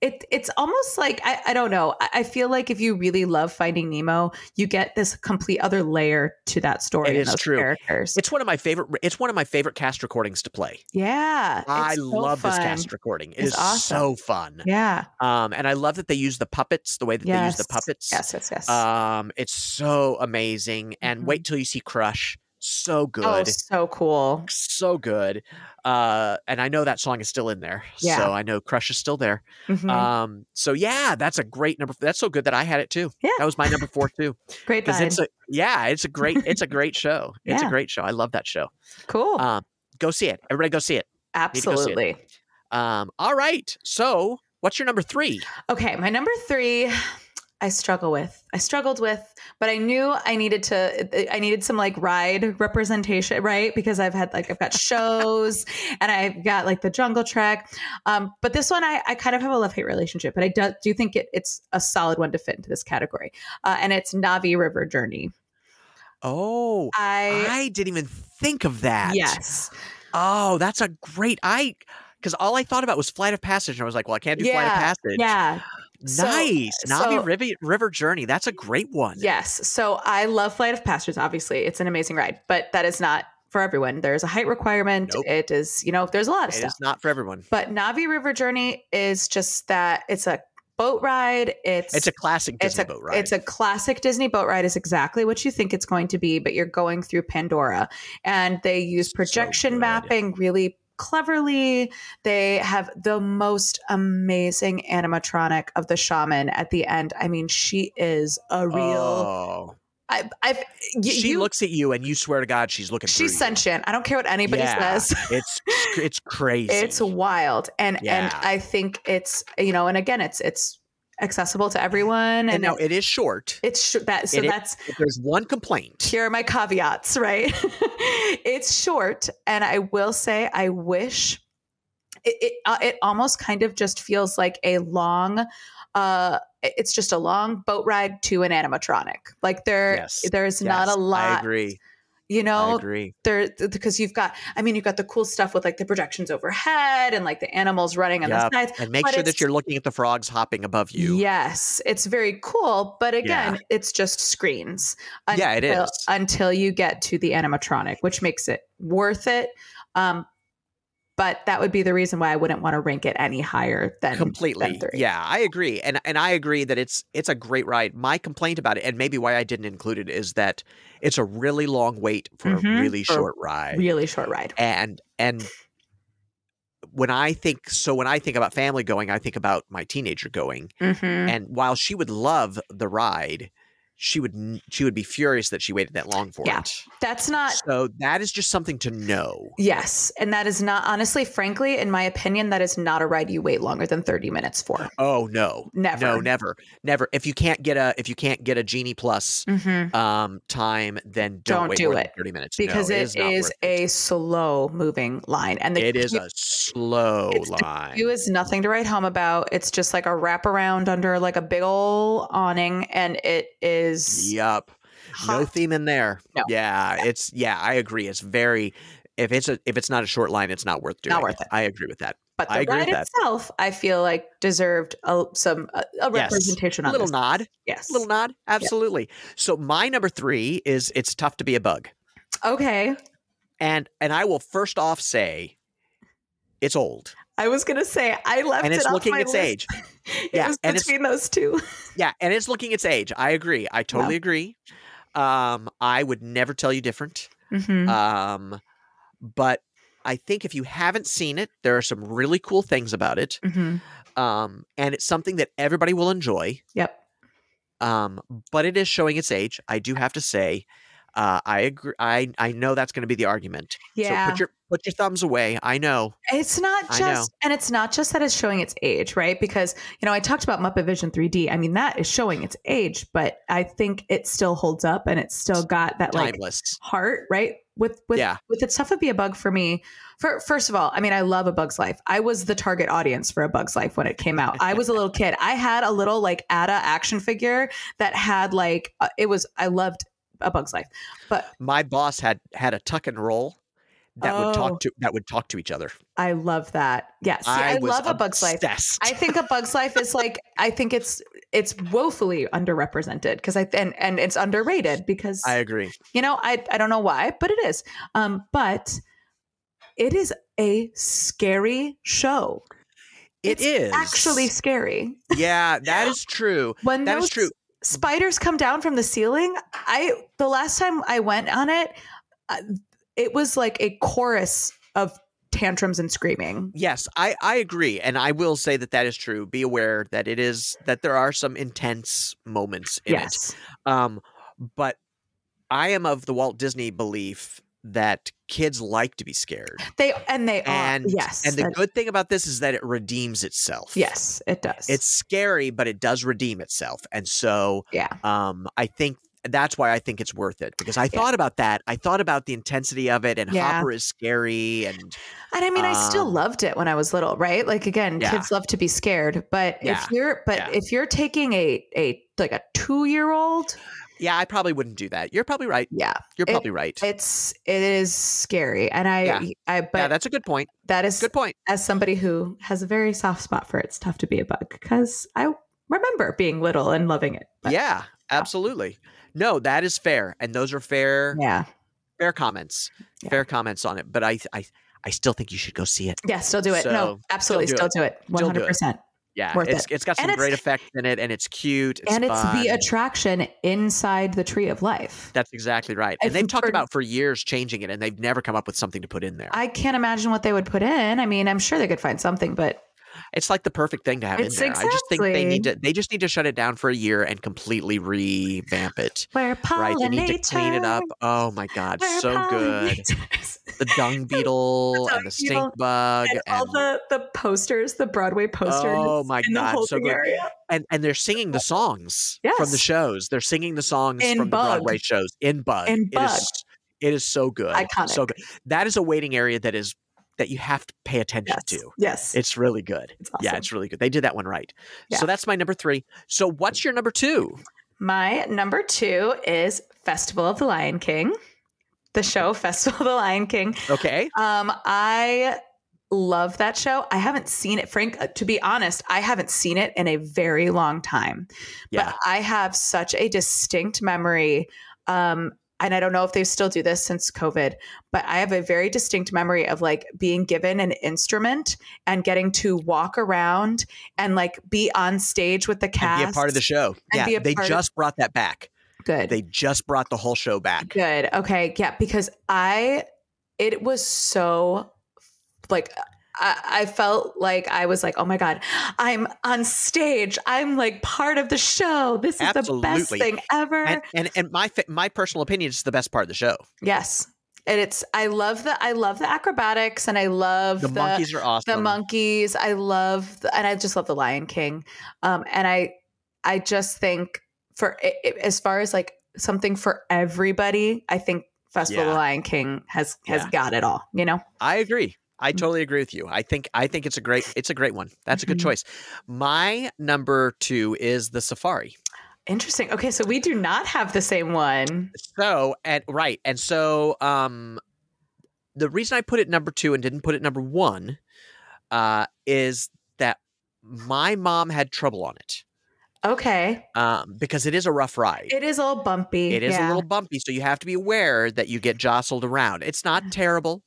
Speaker 2: it it's almost like I, I don't know. I, I feel like if you really love finding Nemo, you get this complete other layer to that story
Speaker 1: It
Speaker 2: and
Speaker 1: is
Speaker 2: those
Speaker 1: true.
Speaker 2: characters.
Speaker 1: it's one of my favorite. It's one of my favorite cast recordings to play.
Speaker 2: yeah. it's
Speaker 1: I
Speaker 2: so
Speaker 1: love this
Speaker 2: fun.
Speaker 1: cast recording. It
Speaker 2: It's
Speaker 1: is so
Speaker 2: awesome.
Speaker 1: fun.
Speaker 2: Yeah.
Speaker 1: Um, and I love that they use the puppets the way that they use the
Speaker 2: Yes.
Speaker 1: puppets.
Speaker 2: Yes, yes, yes.
Speaker 1: Um, it's so amazing. And
Speaker 2: Mhm.
Speaker 1: wait till you see Crush. So good.
Speaker 2: oh, so cool.
Speaker 1: so good. Uh, and I know that song is still in there.
Speaker 2: Yeah.
Speaker 1: So I know Crush is still there.
Speaker 2: Mhm.
Speaker 1: Um, so yeah, that's a great number. That's so good that I had it too.
Speaker 2: Yeah.
Speaker 1: That was my number four too.
Speaker 2: Great
Speaker 1: because
Speaker 2: vibe.
Speaker 1: it's a yeah, it's a great it's a great show. It's a
Speaker 2: Yeah.
Speaker 1: great show. I love that show.
Speaker 2: cool.
Speaker 1: Um, go see it. Everybody, go see it. to go see it.
Speaker 2: Absolutely.
Speaker 1: Um, all right. So, what's your number three?
Speaker 2: Okay, my number three, I struggle with. I struggled with, but I knew I needed to. I needed some like ride representation, right? Because I've had like I've got shows and I've got like the Jungle Trek. Um, but this one, I, I kind of have a love hate relationship, but I do, do think it, it's a solid one to fit into this category, uh, and it's Navi River Journey.
Speaker 1: Oh, I,
Speaker 2: I.
Speaker 1: didn't even think of that.
Speaker 2: Yes.
Speaker 1: Oh, that's a great. I because all I thought about was Flight of Passage, and I was like, well, I can't do Flight of
Speaker 2: Yeah,
Speaker 1: Passage.
Speaker 2: Yeah. So-
Speaker 1: Nice, Navi
Speaker 2: so-
Speaker 1: River, River Journey. That's a great one.
Speaker 2: Yes. So I love Flight of Passage, obviously. It's an amazing ride, but that is not for everyone. There is a height requirement.
Speaker 1: Nope.
Speaker 2: It is, you know, there's a lot of
Speaker 1: it
Speaker 2: stuff.
Speaker 1: is not for everyone.
Speaker 2: But Navi River Journey is just that it's a boat ride. It's
Speaker 1: It's a classic
Speaker 2: it's
Speaker 1: Disney
Speaker 2: a
Speaker 1: boat ride.
Speaker 2: it's a classic Disney boat ride is exactly what you think it's going to be, but you're going through Pandora, and they use
Speaker 1: So
Speaker 2: projection
Speaker 1: good.
Speaker 2: mapping really cleverly. They have the most amazing animatronic of the shaman at the end. I mean, she is a real.
Speaker 1: Oh.
Speaker 2: I, I've y-
Speaker 1: she
Speaker 2: you-
Speaker 1: looks at you, and you swear to God, she's looking.
Speaker 2: She's
Speaker 1: through you.
Speaker 2: sentient. I don't care what anybody
Speaker 1: Yeah.
Speaker 2: says.
Speaker 1: It's it's crazy.
Speaker 2: it's wild and and
Speaker 1: Yeah.
Speaker 2: i think it's you know and again it's it's accessible to everyone and,
Speaker 1: and now it is short.
Speaker 2: it's sh- that so
Speaker 1: it is-
Speaker 2: that's
Speaker 1: If there's one complaint,
Speaker 2: here are my caveats right it's short and i will say i wish it it, uh, it almost kind of just feels like a long uh it's just a long boat ride to an animatronic like there
Speaker 1: Yes.
Speaker 2: there's not
Speaker 1: yes,
Speaker 2: a lot
Speaker 1: I agree.
Speaker 2: you
Speaker 1: I
Speaker 2: know
Speaker 1: agree.
Speaker 2: there because you've got i mean you've got the cool stuff with like the projections overhead and like the animals running on
Speaker 1: Yep.
Speaker 2: the sides
Speaker 1: And make
Speaker 2: but
Speaker 1: sure
Speaker 2: it's-
Speaker 1: that you're looking at the frogs hopping above you.
Speaker 2: Yes, it's very cool, but again, it's just screens.
Speaker 1: Yeah, it
Speaker 2: until-
Speaker 1: is.
Speaker 2: until you get to the animatronic, which makes it worth it. Um, but that would be the reason why I wouldn't want to rank it any higher than
Speaker 1: completely
Speaker 2: three.
Speaker 1: yeah i agree and and i agree that it's it's a great ride my complaint about it and maybe why i didn't include it is that it's a really long wait for
Speaker 2: Mhm.
Speaker 1: a really
Speaker 2: For
Speaker 1: short ride
Speaker 2: really short ride.
Speaker 1: and and when i think so when i think about family going i think about my teenager going
Speaker 2: Mhm.
Speaker 1: and while she would love the ride she would n- she would be furious that she waited that long for
Speaker 2: Yeah.
Speaker 1: it
Speaker 2: That's not
Speaker 1: so that is just something to know
Speaker 2: yes, and that is not honestly, frankly, in my opinion, that is not a ride you wait longer than thirty minutes for.
Speaker 1: oh no
Speaker 2: Never.
Speaker 1: no never never if you can't get a if you can't get a genie plus
Speaker 2: Mhm.
Speaker 1: um time, then don't,
Speaker 2: Don't
Speaker 1: wait
Speaker 2: do
Speaker 1: more than
Speaker 2: it,
Speaker 1: 30 minutes No,
Speaker 2: Because
Speaker 1: it
Speaker 2: it
Speaker 1: is, not
Speaker 2: is
Speaker 1: worth it.
Speaker 2: a slow moving line, and the
Speaker 1: it is
Speaker 2: queue-
Speaker 1: a slow
Speaker 2: it's the
Speaker 1: line.
Speaker 2: It is nothing to write home about. It's just like a wraparound under like a big ol' awning, and it is
Speaker 1: Yup. No
Speaker 2: hot.
Speaker 1: theme in there.
Speaker 2: No.
Speaker 1: Yeah, it's yeah, I agree. It's very if it's a if it's not a short line, it's not worth doing.
Speaker 2: Not worth it.
Speaker 1: I agree with that.
Speaker 2: but the
Speaker 1: I agree with
Speaker 2: ride
Speaker 1: that.
Speaker 2: itself, I feel like deserved a, some a, a
Speaker 1: Yes.
Speaker 2: representation on
Speaker 1: little
Speaker 2: this.
Speaker 1: nod,
Speaker 2: yes.
Speaker 1: little nod. Absolutely. So my number 3 is it's tough to be a bug.
Speaker 2: Okay.
Speaker 1: And and I will first off say it's old
Speaker 2: I was gonna say I left
Speaker 1: and
Speaker 2: it
Speaker 1: it's
Speaker 2: off
Speaker 1: looking
Speaker 2: my
Speaker 1: its
Speaker 2: list.
Speaker 1: age.
Speaker 2: It
Speaker 1: Yeah,
Speaker 2: was
Speaker 1: and it's- Uh,
Speaker 2: between those two.
Speaker 1: Yeah, and it's looking its age. I agree. I totally agree. Um, I would never tell you different.
Speaker 2: Mhm.
Speaker 1: Um, but I think if you haven't seen it, there are some really cool things about it.
Speaker 2: Mhm.
Speaker 1: Um, and it's something that everybody will enjoy.
Speaker 2: Yep.
Speaker 1: Um, but it is showing its age. I do have to say, uh, I agree. I I know that's going to be the argument.
Speaker 2: Yeah.
Speaker 1: So put your put your thumbs away. I know.
Speaker 2: It's not
Speaker 1: I
Speaker 2: just, and it's not just that it's showing its age, right? Because you know, I talked about Muppet Vision 3D. I mean, that is showing its age, but I think it still holds up, and it's still got that like
Speaker 1: Timeless.
Speaker 2: heart, right? With with
Speaker 1: Yeah.
Speaker 2: with it's tough to be a bug for me. For first of all, I mean, I love A Bug's Life. I was the target audience for A Bug's Life when it came out. I was a little kid. I had a little like Ada action figure that had like uh, it was. I loved A Bug's Life.
Speaker 1: My boss had had a tuck and roll that would
Speaker 2: Oh.
Speaker 1: talk to that would talk to each other.
Speaker 2: I love that. Yes, yeah, see, I,
Speaker 1: I, was
Speaker 2: love A Bug's Life.
Speaker 1: obsessed.
Speaker 2: I think a bug's life is like I think it's it's woefully underrepresented because I and and it's underrated because
Speaker 1: I agree.
Speaker 2: you know I I don't know why but it is um but it is a scary show
Speaker 1: It is
Speaker 2: actually scary
Speaker 1: Yeah, that is true.
Speaker 2: when
Speaker 1: That
Speaker 2: those
Speaker 1: is true.
Speaker 2: spiders come down from the ceiling I the last time I went on it uh, it was like a chorus of tantrums and screaming
Speaker 1: Yes, I I agree, and I will say that that is true. Be aware that it is that there are some intense moments in
Speaker 2: yes
Speaker 1: it. Um, but I am of the Walt Disney belief that kids like to be scared,
Speaker 2: they and they
Speaker 1: and
Speaker 2: are yes
Speaker 1: and the
Speaker 2: that-
Speaker 1: good thing about this is that it redeems itself.
Speaker 2: yes it does
Speaker 1: it's scary, but it does redeem itself, and so
Speaker 2: Yeah.
Speaker 1: um, I think. That's why I think it's worth it because I
Speaker 2: Yeah.
Speaker 1: thought about that. I thought about the intensity of it, and
Speaker 2: Yeah.
Speaker 1: Hopper is scary, and
Speaker 2: And I mean, I still
Speaker 1: Um,
Speaker 2: loved it when I was little, right? Like again,
Speaker 1: Yeah.
Speaker 2: kids love to be scared, but
Speaker 1: Yeah.
Speaker 2: if you're but
Speaker 1: Yeah.
Speaker 2: if you're taking a a like a 2-year-old
Speaker 1: Yeah, I probably wouldn't do that. You're probably right.
Speaker 2: Yeah,
Speaker 1: You're probably right.
Speaker 2: it's it is scary, and I
Speaker 1: Yeah.
Speaker 2: I but
Speaker 1: yeah, that's a good point.
Speaker 2: that is
Speaker 1: Good point.
Speaker 2: as somebody who has a very soft spot for it's tough to be a bug because I remember being little and loving it. but- uh
Speaker 1: yeah, absolutely. No, that is fair, and those are fair
Speaker 2: yeah,
Speaker 1: fair comments.
Speaker 2: Yeah.
Speaker 1: Fair comments on it, but I I I still think you should go see it.
Speaker 2: yeah. Still do it. no,
Speaker 1: So,
Speaker 2: absolutely,
Speaker 1: do
Speaker 2: still do it.
Speaker 1: Still
Speaker 2: One
Speaker 1: do
Speaker 2: hundred
Speaker 1: it.
Speaker 2: percent.
Speaker 1: Yeah,
Speaker 2: Worth
Speaker 1: it's it. has got
Speaker 2: And
Speaker 1: some
Speaker 2: it's-
Speaker 1: great effects in it, and it's cute. It's
Speaker 2: And it's
Speaker 1: fun.
Speaker 2: the attraction inside the tree of life.
Speaker 1: That's exactly right.
Speaker 2: I
Speaker 1: And they've
Speaker 2: think
Speaker 1: talked
Speaker 2: for-
Speaker 1: about for years changing it, and they've never come up with something to put in there.
Speaker 2: I can't imagine what they would put in. I mean, I'm sure they could find something, but
Speaker 1: it's like the perfect thing to have in
Speaker 2: It's
Speaker 1: there. I just think they need
Speaker 2: exactly-
Speaker 1: to. They just need to shut it down for a year and completely revamp it.
Speaker 2: we're pollinator.
Speaker 1: Right? They need to clean it up. Oh my god,
Speaker 2: We're
Speaker 1: so good.
Speaker 2: pollinators.
Speaker 1: The dung beetle
Speaker 2: dung
Speaker 1: and the stink
Speaker 2: beetle
Speaker 1: bug
Speaker 2: And all the the posters, the Broadway posters.
Speaker 1: Oh my
Speaker 2: in the
Speaker 1: God,
Speaker 2: whole
Speaker 1: so good.
Speaker 2: area.
Speaker 1: and and they're singing the songs from the
Speaker 2: Yes.
Speaker 1: shows. They're singing the songs
Speaker 2: In
Speaker 1: from
Speaker 2: Bug.
Speaker 1: the Broadway shows in Bug.
Speaker 2: In
Speaker 1: It
Speaker 2: Bug.
Speaker 1: is, it is so good.
Speaker 2: Iconic.
Speaker 1: So good. That is a waiting area that is that you have to pay attention
Speaker 2: Yes.
Speaker 1: to.
Speaker 2: Yes.
Speaker 1: It's really good.
Speaker 2: It's awesome.
Speaker 1: Yeah, it's really good. They did that one right.
Speaker 2: Yeah.
Speaker 1: So that's my number three. So what's your number two?
Speaker 2: My number two is Festival of the Lion King, the show Festival of the Lion King.
Speaker 1: Okay.
Speaker 2: Um, I love that show. I haven't seen it, Frank. uh, To be honest, I haven't seen it in a very long time.
Speaker 1: Yeah.
Speaker 2: But I have such a distinct memory. Um, and I don't know if they still do this since COVID, but I have a very distinct memory of like being given an instrument and getting to walk around and like be on stage with the
Speaker 1: And
Speaker 2: cast.
Speaker 1: be a part of the show.
Speaker 2: And be
Speaker 1: yeah.
Speaker 2: a
Speaker 1: They
Speaker 2: part of-
Speaker 1: just brought that back.
Speaker 2: Good.
Speaker 1: They just brought the whole show back.
Speaker 2: Good. Okay. Yeah. Because I, it was so like, I, I felt like I was like, oh my God, I'm on stage. I'm like part of the show. This is the best
Speaker 1: Absolutely.
Speaker 2: thing ever.
Speaker 1: And and, and my fa- my personal opinion is the best part of the show.
Speaker 2: yes. And it's, I love the, I love the acrobatics and I love
Speaker 1: The, monkeys are awesome.
Speaker 2: the monkeys i love and i just love the lion king um and i i just think for i- i- as far as like something for everybody i think festival of
Speaker 1: Yeah.
Speaker 2: the lion king has has
Speaker 1: Yeah.
Speaker 2: got it all you know
Speaker 1: I agree. I
Speaker 2: Mhm.
Speaker 1: totally agree with you. I think I think it's a great it's a great one. That's a good
Speaker 2: Mhm.
Speaker 1: choice. My number 2 is the safari.
Speaker 2: interesting okay so we do not have the same one
Speaker 1: So, and right. And so um the reason I put it number 2 and didn't put it number 1 uh is that my mom had trouble on it.
Speaker 2: okay
Speaker 1: Um because it is a rough ride.
Speaker 2: it is all bumpy
Speaker 1: It is
Speaker 2: Eh, yeah.
Speaker 1: a little bumpy, so you have to be aware that you get jostled around. It's not terrible.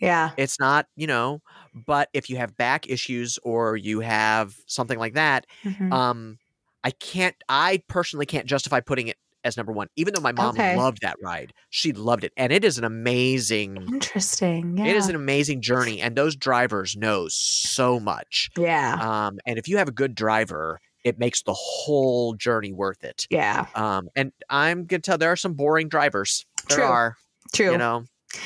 Speaker 2: yeah
Speaker 1: It's not, you know, but if you have back issues or you have something like that,
Speaker 2: Mhm.
Speaker 1: um i can't i personally can't justify putting it as number one even though my mom
Speaker 2: Okay.
Speaker 1: loved that ride she loved it and it is an amazing
Speaker 2: interesting Oh, yeah
Speaker 1: it is an amazing journey and those drivers know so much
Speaker 2: yeah
Speaker 1: um and if you have a good driver it makes the whole journey worth it
Speaker 2: yeah
Speaker 1: um and i'm gonna tell there are some boring drivers there
Speaker 2: True,
Speaker 1: are
Speaker 2: true
Speaker 1: you know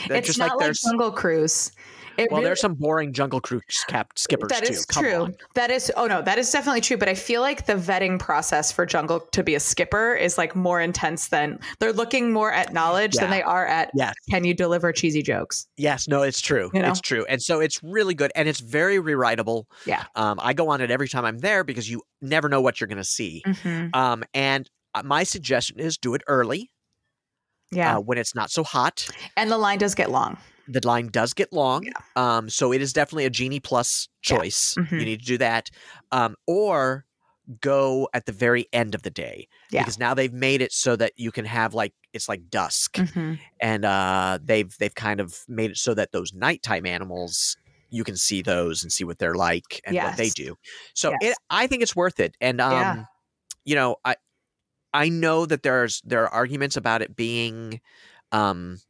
Speaker 1: They're
Speaker 2: it's not like,
Speaker 1: there's
Speaker 2: jungle cruise it
Speaker 1: well
Speaker 2: really
Speaker 1: there's some boring jungle cruise cap skippers
Speaker 2: That
Speaker 1: too
Speaker 2: is
Speaker 1: Come
Speaker 2: true.
Speaker 1: on.
Speaker 2: That is oh no, that is definitely true. But I feel like the vetting process for jungle to be a skipper is like more intense than they're looking more at knowledge than
Speaker 1: Yeah.
Speaker 2: they are at
Speaker 1: yes
Speaker 2: can you deliver cheesy jokes?
Speaker 1: Yes, no, it's true.
Speaker 2: You know?
Speaker 1: It's true. And so it's really good and it's very rewritable.
Speaker 2: Yeah.
Speaker 1: Um, I go on it every time I'm there because you never know what you're going to see.
Speaker 2: Mm-hmm.
Speaker 1: Um, and uh, my suggestion is do it early
Speaker 2: Yeah.
Speaker 1: uh, when it's not so hot.
Speaker 2: and the line does get long.
Speaker 1: The line does get long.
Speaker 2: Yeah.
Speaker 1: Um, so it is definitely a Genie Plus
Speaker 2: Yeah.
Speaker 1: choice.
Speaker 2: Mhm.
Speaker 1: You need to do that. Um, or go at the very end of the day
Speaker 2: Yeah.
Speaker 1: because now they've made it so that you can have like it's like dusk
Speaker 2: Mm-hmm.
Speaker 1: and uh, they've they've kind of made it so that those nighttime animals you can see those and see what they're like and what they
Speaker 2: Yes.
Speaker 1: do. So
Speaker 2: Yes.
Speaker 1: it, I think it's worth it. And um,
Speaker 2: Yeah.
Speaker 1: you know, I I know that there's there are arguments about it being um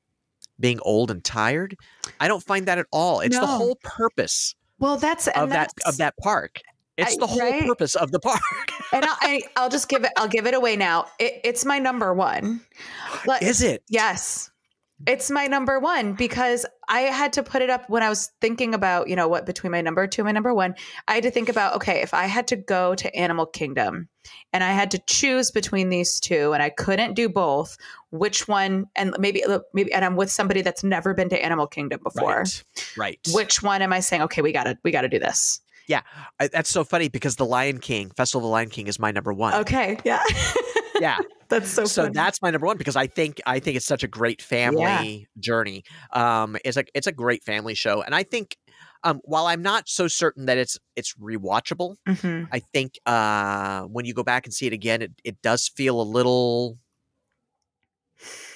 Speaker 1: being old and tired. I don't find that at all. It's the
Speaker 2: No.
Speaker 1: whole purpose
Speaker 2: Well, that's and
Speaker 1: of that
Speaker 2: that's,
Speaker 1: of that park. It's
Speaker 2: I-
Speaker 1: the whole
Speaker 2: right?
Speaker 1: purpose of the park.
Speaker 2: and I'll, I, I'll just give it. I'll give it away now. It, it's my number one. Like-
Speaker 1: Is it?
Speaker 2: Yes. It's my number one because I had to put it up when I was thinking about, you know, what between my number two and my number one. I had to think about, okay, if I had to go to Animal Kingdom and I had to choose between these two and I couldn't do both, which one, and maybe, maybe, and I'm with somebody that's never been to Animal Kingdom before,
Speaker 1: Right. Right.
Speaker 2: which one am I saying, okay, we gotta, we gotta do this?
Speaker 1: I, that's so funny because the Lion King Festival of the Lion King is my number one.
Speaker 2: Okay. Yeah.
Speaker 1: yeah.
Speaker 2: That's so.
Speaker 1: so
Speaker 2: funny.
Speaker 1: that's my number one because I think I think it's such a great family journey. Um, it's like it's a great family show, and I think um, while I'm not so certain that it's it's rewatchable,
Speaker 2: Mhm.
Speaker 1: I think uh, when you go back and see it again, it, it does feel a little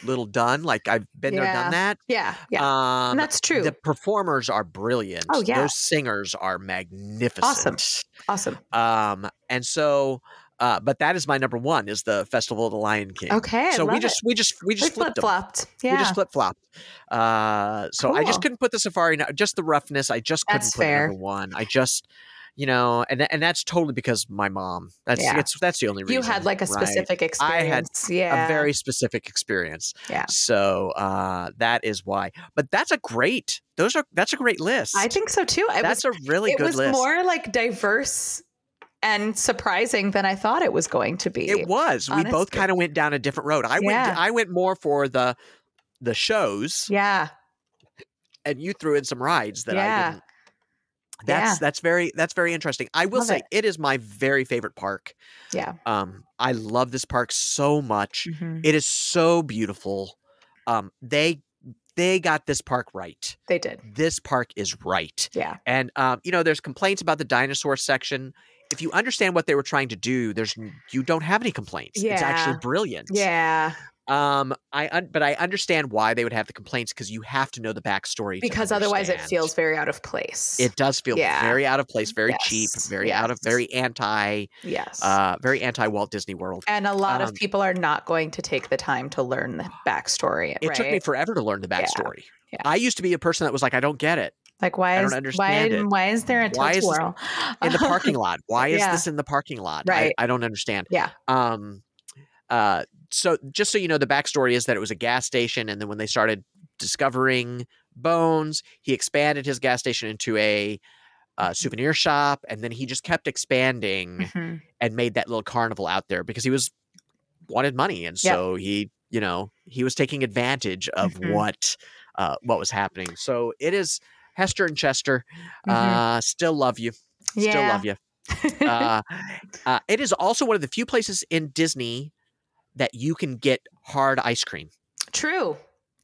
Speaker 1: little done. Like I've been there,
Speaker 2: Yeah.
Speaker 1: done that.
Speaker 2: yeah, yeah,
Speaker 1: Um,
Speaker 2: and that's true.
Speaker 1: The performers are brilliant.
Speaker 2: Oh, yeah.
Speaker 1: Those singers are magnificent.
Speaker 2: awesome.
Speaker 1: Um, and so, uh, but that is my number one is the Festival of the Lion King.
Speaker 2: Okay, I
Speaker 1: So we
Speaker 2: love
Speaker 1: just, we just we
Speaker 2: it.
Speaker 1: just
Speaker 2: we
Speaker 1: flipped
Speaker 2: flip
Speaker 1: them.
Speaker 2: flopped. Yeah,
Speaker 1: We just flip flopped. Uh, so I
Speaker 2: Cool.
Speaker 1: just couldn't put the safari, no- just the roughness. I just couldn't
Speaker 2: That's
Speaker 1: put it
Speaker 2: fair.
Speaker 1: number one. I just, you know, and and that's totally because my mom. That's
Speaker 2: Yeah.
Speaker 1: it's that's the only reason.
Speaker 2: you had like a
Speaker 1: right?
Speaker 2: specific
Speaker 1: I had
Speaker 2: experience. yeah,
Speaker 1: a very specific experience.
Speaker 2: Yeah.
Speaker 1: So uh, that is why. But that's a great. Those are that's a great list.
Speaker 2: I think so too. It was
Speaker 1: that's a really
Speaker 2: it
Speaker 1: good
Speaker 2: was
Speaker 1: list.
Speaker 2: more like diverse and surprising than I thought it was going to be.
Speaker 1: It was. We both
Speaker 2: honestly.
Speaker 1: kind of went down a different road. I
Speaker 2: Yeah.
Speaker 1: went. I went more for the the shows,
Speaker 2: yeah,
Speaker 1: and you threw in some rides that
Speaker 2: Yeah.
Speaker 1: I didn't. That's
Speaker 2: Yeah.
Speaker 1: that's very that's very interesting. I will
Speaker 2: Love
Speaker 1: say
Speaker 2: it.
Speaker 1: it is my very favorite park.
Speaker 2: yeah.
Speaker 1: Um, I love this park so much.
Speaker 2: Mhm.
Speaker 1: It is so beautiful. Um, they they got this park right.
Speaker 2: They did.
Speaker 1: This park is right.
Speaker 2: Yeah.
Speaker 1: And um, you know, there's complaints about the dinosaur section. If you understand what they were trying to do, there's n- you don't have any complaints. It's actually
Speaker 2: Yeah.
Speaker 1: brilliant.
Speaker 2: Yeah.
Speaker 1: Um, I un- but I understand why they would have the complaints because you have to know the backstory. to
Speaker 2: Because otherwise it
Speaker 1: understand.
Speaker 2: feels very out of place.
Speaker 1: It does feel
Speaker 2: Yeah.
Speaker 1: very out of place, very cheap,
Speaker 2: Yes,
Speaker 1: very out of
Speaker 2: yes.
Speaker 1: very anti,
Speaker 2: yes.
Speaker 1: uh, very anti Walt Disney World.
Speaker 2: and a lot
Speaker 1: um,
Speaker 2: of people are not going to take the time to learn the backstory.
Speaker 1: It
Speaker 2: right?
Speaker 1: took me forever to learn the
Speaker 2: Yeah,
Speaker 1: backstory.
Speaker 2: yeah.
Speaker 1: I used to be a person that was like, I don't get it
Speaker 2: like
Speaker 1: I
Speaker 2: why is
Speaker 1: don't
Speaker 2: why
Speaker 1: understand it.
Speaker 2: why is there a
Speaker 1: Why is this
Speaker 2: twirl
Speaker 1: in the parking lot. Why is
Speaker 2: Yeah.
Speaker 1: this in the parking lot?
Speaker 2: Right.
Speaker 1: I, I don't understand.
Speaker 2: Yeah.
Speaker 1: Um. Uh. So just so you know, the backstory is that it was a gas station, and then when they started discovering bones, he expanded his gas station into a. Uh, souvenir shop, and then he just kept expanding.
Speaker 2: Mhm.
Speaker 1: and made that little carnival out there because he was wanted money and
Speaker 2: Yep.
Speaker 1: so he you know he was taking advantage of
Speaker 2: Mhm.
Speaker 1: what uh what was happening so it is hester and chester
Speaker 2: Mhm.
Speaker 1: uh still love you
Speaker 2: Mm-hmm.
Speaker 1: still love you uh, uh it is also one of the few places in disney that you can get hard ice cream
Speaker 2: true.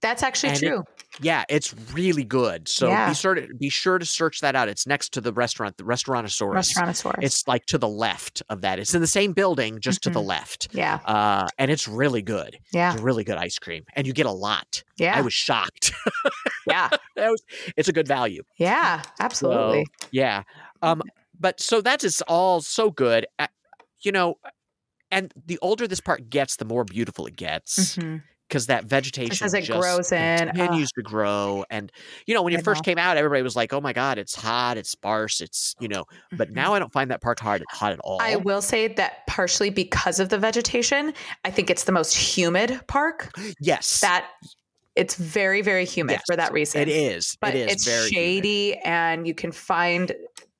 Speaker 2: That's actually
Speaker 1: And it-
Speaker 2: true.
Speaker 1: yeah it's really good so
Speaker 2: Yeah.
Speaker 1: be sure to be sure to search that out it's next to the restaurant the restaurantosaurus
Speaker 2: Restaurantosaurus.
Speaker 1: it's like to the left of that it's in the same building just to the left
Speaker 2: yeah.
Speaker 1: uh, and it's really good.
Speaker 2: Yeah.
Speaker 1: It's really good ice cream, and you get a lot. I
Speaker 2: Yeah.
Speaker 1: was shocked.
Speaker 2: yeah.
Speaker 1: That was- it's a good value.
Speaker 2: Yeah. Absolutely.
Speaker 1: So, yeah. Um,
Speaker 2: Mm-hmm.
Speaker 1: but so that is all so good. Uh, you know, and the older this part gets, the more beautiful it gets
Speaker 2: Mhm.
Speaker 1: because that vegetation
Speaker 2: Just as it
Speaker 1: just
Speaker 2: grows in, uh,
Speaker 1: continues to grow. And you know, when
Speaker 2: I
Speaker 1: it first
Speaker 2: know.
Speaker 1: came out, everybody was like, "Oh my god, it's hot, it's sparse, it's you know." But
Speaker 2: Mhm.
Speaker 1: now I don't find that park hard hot at all.
Speaker 2: I will say that partially because of the vegetation, I think it's the most humid park.
Speaker 1: yes,
Speaker 2: That it's very, very humid
Speaker 1: Yes,
Speaker 2: for that reason.
Speaker 1: it is.
Speaker 2: But
Speaker 1: it is
Speaker 2: it's
Speaker 1: very humid.
Speaker 2: shady and you can find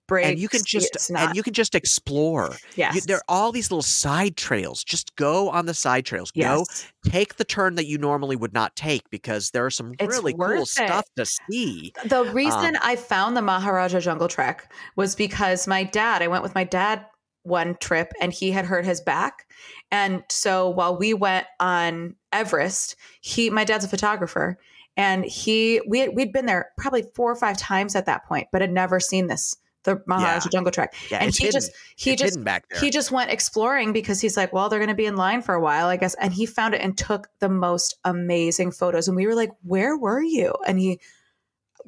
Speaker 2: breaks.
Speaker 1: and you can just
Speaker 2: it's not,
Speaker 1: and you can just explore.
Speaker 2: yes.
Speaker 1: You, there are all these little side trails. Just go on the side trails.
Speaker 2: yes.
Speaker 1: Go take the turn that you normally would not take because there are some
Speaker 2: It's
Speaker 1: really
Speaker 2: worth
Speaker 1: cool
Speaker 2: it.
Speaker 1: stuff to see.
Speaker 2: The reason I found the Maharaja Jungle Trek was because my dad, I went with my dad one trip and he had hurt his back. And so while we went on Everest, he my dad's a photographer and he we had, we'd been there probably four or five times at that point, but had never seen this the Maharaja
Speaker 1: Yeah.
Speaker 2: Jungle Trek.
Speaker 1: Yeah,
Speaker 2: and
Speaker 1: it's
Speaker 2: he
Speaker 1: hidden.
Speaker 2: just he
Speaker 1: it's
Speaker 2: just
Speaker 1: hidden back there.
Speaker 2: he just went exploring because he's like, well, they're going to be in line for a while, I guess. And he found it and took the most amazing photos. And we were like, where were you? And he,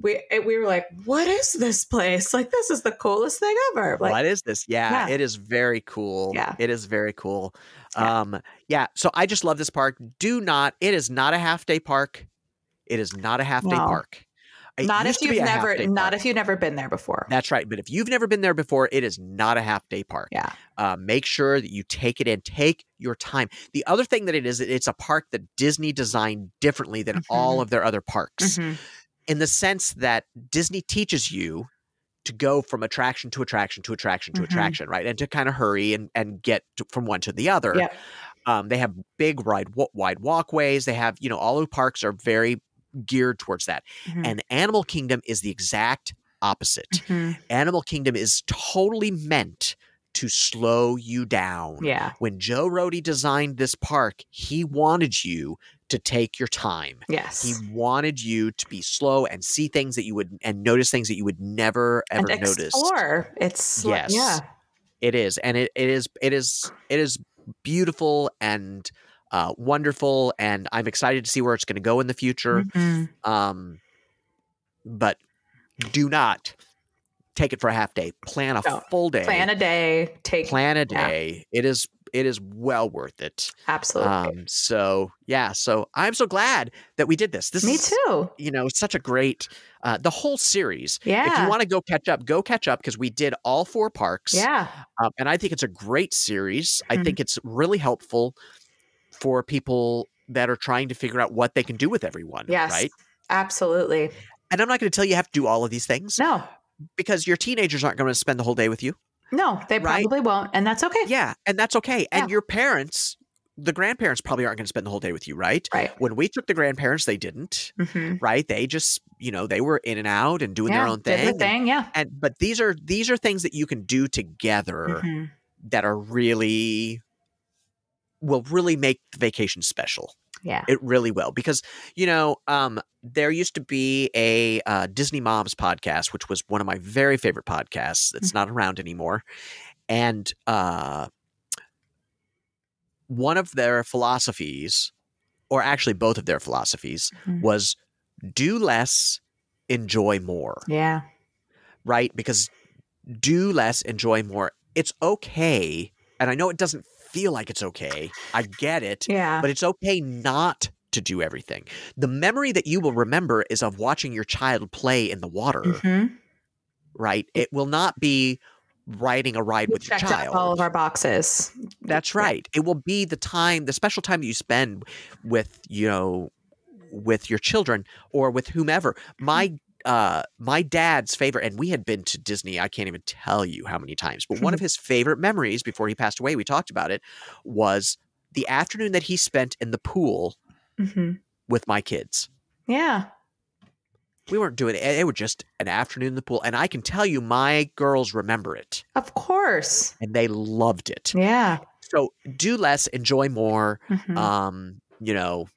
Speaker 2: we, and we were like, what is this place? Like, this is the coolest thing ever. Like,
Speaker 1: what is this? Yeah,
Speaker 2: Yeah.
Speaker 1: it is very cool.
Speaker 2: Yeah.
Speaker 1: It is very cool.
Speaker 2: Yeah.
Speaker 1: Um, yeah. So I just love this park. Do not, it is not a half day park. It is not a half day
Speaker 2: No.
Speaker 1: park. It
Speaker 2: not if
Speaker 1: used to be
Speaker 2: you've
Speaker 1: a half
Speaker 2: never,
Speaker 1: day
Speaker 2: not
Speaker 1: park.
Speaker 2: if you've never been there before.
Speaker 1: That's right. But if you've never been there before, it is not a half day park.
Speaker 2: Yeah.
Speaker 1: Uh, make sure that you take it in, take your time. The other thing that it is, it's a park that Disney designed differently than
Speaker 2: Mm-hmm.
Speaker 1: all of their other parks
Speaker 2: Mhm.
Speaker 1: in the sense that Disney teaches you to go from attraction to attraction to attraction to
Speaker 2: Mhm.
Speaker 1: attraction, right? And to kind of hurry and, and get to, from one to the other.
Speaker 2: Yep.
Speaker 1: Um, they have big, wide, wa- wide walkways. They have, you know, all the parks are very geared towards that.
Speaker 2: Mhm.
Speaker 1: And Animal Kingdom is the exact opposite.
Speaker 2: Mhm.
Speaker 1: Animal Kingdom is totally meant to slow you down.
Speaker 2: Yeah.
Speaker 1: When Joe Rody designed this park, he wanted you to take your time.
Speaker 2: Yes.
Speaker 1: He wanted you to be slow and see things that you would and notice things that you would never ever
Speaker 2: and
Speaker 1: notice.
Speaker 2: explore. It's like-
Speaker 1: Yes.
Speaker 2: yeah.
Speaker 1: It is, and it, it is it is it is beautiful and uh, wonderful, and I'm excited to see where it's going to go in the future.
Speaker 2: Mhm.
Speaker 1: Um, but do not take it for a half day. Plan a
Speaker 2: No.
Speaker 1: full day.
Speaker 2: Plan a day. Take
Speaker 1: Plan a
Speaker 2: yeah.
Speaker 1: day. It is it is well worth it.
Speaker 2: absolutely.
Speaker 1: Um, so yeah, so I'm so glad that we did this. This
Speaker 2: Me
Speaker 1: is,
Speaker 2: too.
Speaker 1: You know, such a great uh, the whole series.
Speaker 2: Yeah.
Speaker 1: If you want to go catch up, go catch up because we did all four parks.
Speaker 2: yeah.
Speaker 1: Um, and I think it's a great series. I
Speaker 2: Mhm.
Speaker 1: think it's really helpful for people that are trying to figure out what they can do with everyone.
Speaker 2: Yes.
Speaker 1: Right.
Speaker 2: Absolutely.
Speaker 1: And I'm not going to tell you you have to do all of these things
Speaker 2: No.
Speaker 1: because your teenagers aren't going to spend the whole day with you.
Speaker 2: No, they
Speaker 1: Right?
Speaker 2: probably won't, and that's okay.
Speaker 1: Yeah. And that's okay. And
Speaker 2: Yeah.
Speaker 1: your parents, the grandparents probably aren't going to spend the whole day with you. Right.
Speaker 2: Right.
Speaker 1: When we took the grandparents, they didn't.
Speaker 2: Mm-hmm.
Speaker 1: Right. They just, you know, they were in and out and doing
Speaker 2: yeah.
Speaker 1: their own
Speaker 2: Did
Speaker 1: thing.
Speaker 2: the
Speaker 1: and-
Speaker 2: thing. Yeah.
Speaker 1: And, but these are these are things that you can do together.
Speaker 2: Mhm.
Speaker 1: that are really will really make the vacation special.
Speaker 2: Yeah.
Speaker 1: It really will because you know um, there used to be a uh, Disney Moms podcast, which was one of my very favorite podcasts. That's not around anymore, and uh, one of their philosophies, or actually both of their philosophies,
Speaker 2: Mhm.
Speaker 1: was do less, enjoy more
Speaker 2: Yeah.
Speaker 1: right? Because do less, enjoy more. It's okay. And I know it doesn't feel like it's okay. I get it.
Speaker 2: Yeah.
Speaker 1: But it's okay not to do everything. The memory that you will remember is of watching your child play in the water,
Speaker 2: Mhm.
Speaker 1: right? It will not be riding a ride
Speaker 2: We
Speaker 1: with your
Speaker 2: checked off
Speaker 1: child.
Speaker 2: all of our boxes.
Speaker 1: That's
Speaker 2: Yeah.
Speaker 1: right. It will be the time, the special time that you spend with, you know, with your children or with whomever. My uh my dad's favorite and we had been to Disney, I can't even tell you how many times, but one of his favorite memories before he passed away, we talked about it, was the afternoon that he spent in the pool Mm-hmm.
Speaker 2: Mhm.
Speaker 1: with my kids.
Speaker 2: Yeah.
Speaker 1: We weren't doing it. It was just an afternoon in the pool. And I can tell you my girls remember it
Speaker 2: Of course.
Speaker 1: and they loved it.
Speaker 2: Yeah.
Speaker 1: So do less, enjoy more.
Speaker 2: Mhm.
Speaker 1: um you know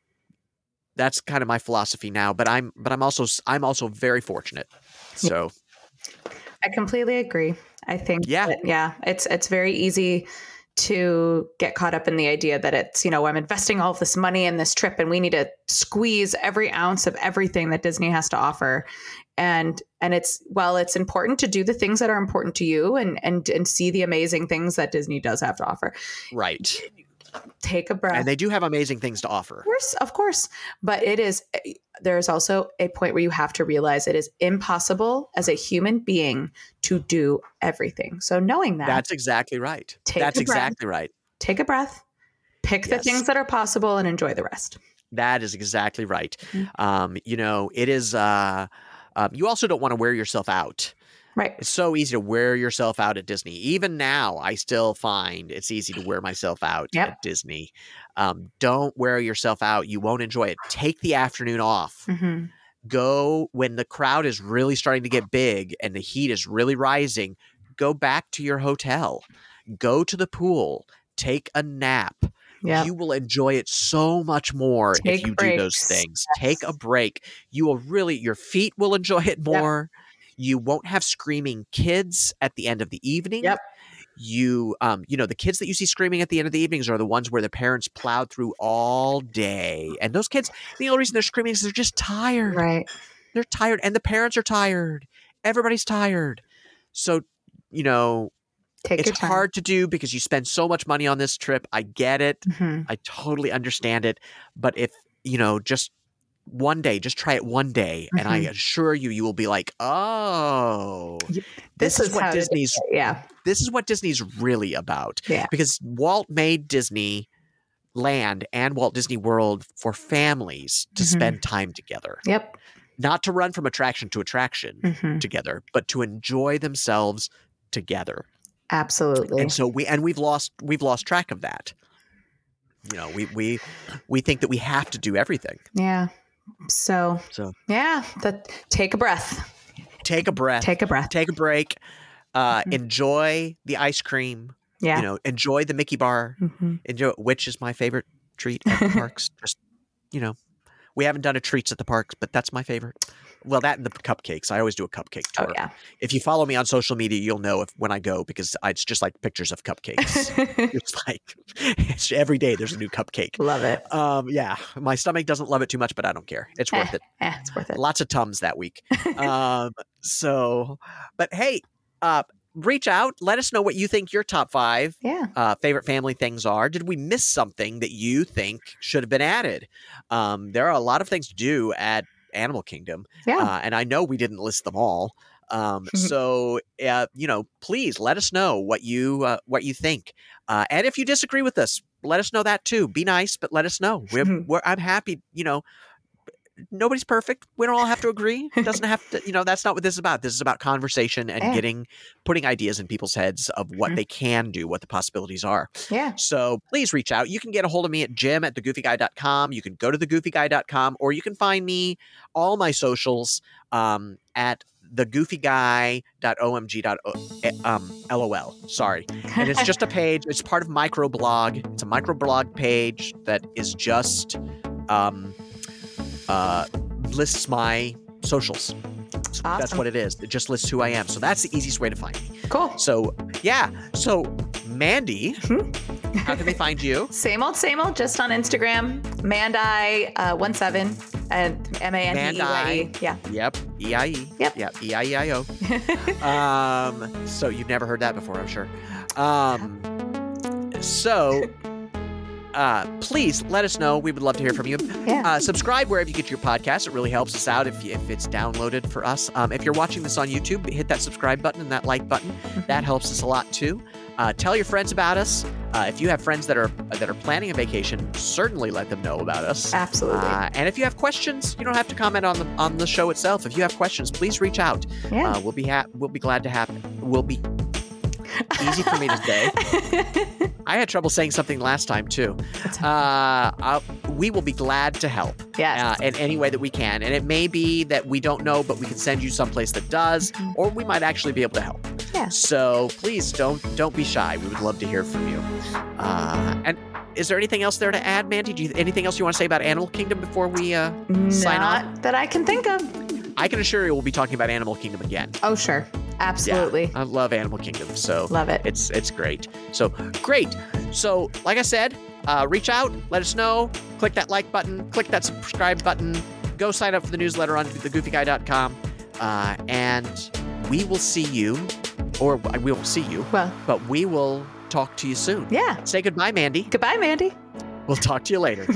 Speaker 1: that's kind of my philosophy now but i'm but i'm also s- i'm also very fortunate so
Speaker 2: I completely agree. I think
Speaker 1: Yeah.
Speaker 2: that- yeah, it's it's very easy to get caught up in the idea that it's, you know, I'm investing all this money in this trip and we need to squeeze every ounce of everything that Disney has to offer. And and it's while it's important to do the things that are important to you and and and see the amazing things that Disney does have to offer.
Speaker 1: right
Speaker 2: Take a breath.
Speaker 1: and they do have amazing things to offer
Speaker 2: Of course, of course. But it is, eh, there is also a point where you have to realize it is impossible as a human being to do everything. So knowing that,
Speaker 1: that's exactly right
Speaker 2: Take
Speaker 1: that's
Speaker 2: a breath.
Speaker 1: exactly right
Speaker 2: take a breath, pick
Speaker 1: Yes.
Speaker 2: the things that are possible and enjoy the rest.
Speaker 1: that is exactly right
Speaker 2: Mhm.
Speaker 1: um you know it is uh um, you also don't want to wear yourself out
Speaker 2: Right.
Speaker 1: it's so easy to wear yourself out at disney even now i still find it's easy to wear myself out
Speaker 2: Yep.
Speaker 1: at disney um, don't wear yourself out you won't enjoy it take the afternoon off
Speaker 2: Mhm.
Speaker 1: go when the crowd is really starting to get big and the heat is really rising go back to your hotel go to the pool take a nap
Speaker 2: Yeah.
Speaker 1: you will enjoy it so much more if
Speaker 2: Take
Speaker 1: you do those
Speaker 2: breaks.
Speaker 1: things take a break you will really your feet will enjoy it more you won't have screaming kids at the end of the evening
Speaker 2: Yep.
Speaker 1: you um you know the kids that you see screaming at the end of the evenings are the ones where the parents plowed through all day and those kids the only reason they're screaming is they're just tired
Speaker 2: right.
Speaker 1: they're tired and the parents are tired everybody's tired so you know
Speaker 2: Take your
Speaker 1: it's
Speaker 2: time.
Speaker 1: hard to do because you spend so much money on this trip i get it
Speaker 2: Mhm.
Speaker 1: i totally understand it but if you know just one day just try it one day and
Speaker 2: Mm-hmm.
Speaker 1: i assure you you will be like oh
Speaker 2: Yep.
Speaker 1: this, is,
Speaker 2: how
Speaker 1: what
Speaker 2: it is.
Speaker 1: disney's
Speaker 2: Yeah.
Speaker 1: this is what disney's really about
Speaker 2: Yeah.
Speaker 1: because walt made disney land and walt disney world for families to
Speaker 2: Mhm.
Speaker 1: spend time together
Speaker 2: Yep.
Speaker 1: not to run from attraction to attraction
Speaker 2: Mhm.
Speaker 1: together, but to enjoy themselves together.
Speaker 2: Absolutely.
Speaker 1: And so we and we've lost we've lost track of that. You know, we we we think that we have to do everything.
Speaker 2: Yeah. So,
Speaker 1: So
Speaker 2: yeah, that take a breath.
Speaker 1: take a breath, take,
Speaker 2: Mm-hmm. Take a breath.
Speaker 1: a break, Uh,
Speaker 2: Mhm.
Speaker 1: Enjoy the ice cream.
Speaker 2: Yeah.
Speaker 1: You know, enjoy the Mickey bar.
Speaker 2: Mhm.
Speaker 1: Enjoy which is my favorite treat at the parks. Just you know, we haven't done a treats at the parks, but that's my favorite. Well, that and the cupcakes. I always do a cupcake tour.
Speaker 2: Oh yeah.
Speaker 1: If you follow me on social media, you'll know if when I go because I, it's just like pictures of cupcakes. it's like it's, every day there's a new cupcake.
Speaker 2: Oh, Love it.
Speaker 1: Um, yeah, my stomach doesn't love it too much, but I don't care. It's worth it.
Speaker 2: Eh, it's worth it.
Speaker 1: Lots of tums that week. um, so, but hey, uh, reach out. Let us know what you think your top five
Speaker 2: Yeah.
Speaker 1: uh, favorite family things are. Did we miss something that you think should have been added? Um, there are a lot of things to do at Animal Kingdom,
Speaker 2: Yeah.
Speaker 1: uh, and I know we didn't list them all. Um, so uh, you know, please let us know what you uh, what you think, uh, and if you disagree with us, let us know that too. Be nice, but let us know. We're,
Speaker 2: Mhm.
Speaker 1: we're I'm happy. You know, nobody's perfect. We don't all have to agree. It doesn't have to. You know, that's not what this is about. This is about conversation and
Speaker 2: Yeah.
Speaker 1: getting putting ideas in people's heads of what
Speaker 2: Mhm.
Speaker 1: they can do, what the possibilities are.
Speaker 2: yeah.
Speaker 1: So please reach out. You can get a hold of me at jim at thegoofyguy.com. You can go to thegoofyguy.com or you can find me all my socials um, at thegoofyguy.omg.lol. Um, LOL. Sorry. And it's just a page. It's part of microblog. It's a microblog page that is just um, uh, lists my socials. That's
Speaker 2: Awesome.
Speaker 1: what it is. It just lists who I am. So that's the easiest way to find me.
Speaker 2: cool.
Speaker 1: So yeah. So Mandy,
Speaker 2: Mm-hmm.
Speaker 1: how can they find you?
Speaker 2: Same old, same old. Just on Instagram, Mandai uh, one seven and M A N D E Y E. Yeah.
Speaker 1: Yep. EIE.
Speaker 2: Yep.
Speaker 1: Yep. E E-I-E-I-O. um, so you've never heard that before, I'm sure. Um, so uh, please let us know. We would love to hear from you.
Speaker 2: Yeah.
Speaker 1: Uh, subscribe wherever you get your podcast. It really helps us out if, if it's downloaded for us. Um, if you're watching this on YouTube, hit that subscribe button and that like button. Uh, That helps us a lot too. Uh, tell your friends about us. Uh, if you have friends that are that are planning a vacation, certainly let them know about us.
Speaker 2: Mm-hmm. Absolutely.
Speaker 1: Uh, and if you have questions, you don't have to comment on the on the show itself. If you have questions, please reach out.
Speaker 2: yeah.
Speaker 1: Uh, we'll be ha- we'll be glad to have we'll be easy for me to say. I had trouble saying something last time too.
Speaker 2: That's
Speaker 1: Uh, I'll, we will be glad to help
Speaker 2: yes.
Speaker 1: uh, in any way that we can, and it may be that we don't know, but we can send you someplace that does,
Speaker 2: Mhm.
Speaker 1: or we might actually be able to help.
Speaker 2: Yeah.
Speaker 1: So please don't don't be shy. We would love to hear from you. Uh, and is there anything else there to add, Mandy? Do you, anything else you want to say about Animal Kingdom before we? Uh, sign
Speaker 2: Not that I can think of.
Speaker 1: I can assure you we'll be talking about Animal Kingdom again.
Speaker 2: Oh, sure. Absolutely.
Speaker 1: I love Animal Kingdom, so
Speaker 2: Love it.
Speaker 1: it's it's great. So great. So like I said, uh, reach out, let us know, click that like button, click that subscribe button, go sign up for the newsletter on thegoofyguy.com, uh, and we will see you, or I will see you,
Speaker 2: Well,
Speaker 1: but we will talk to you soon.
Speaker 2: yeah.
Speaker 1: Say goodbye, Mandy.
Speaker 2: Goodbye, Mandy.
Speaker 1: We'll talk to you later.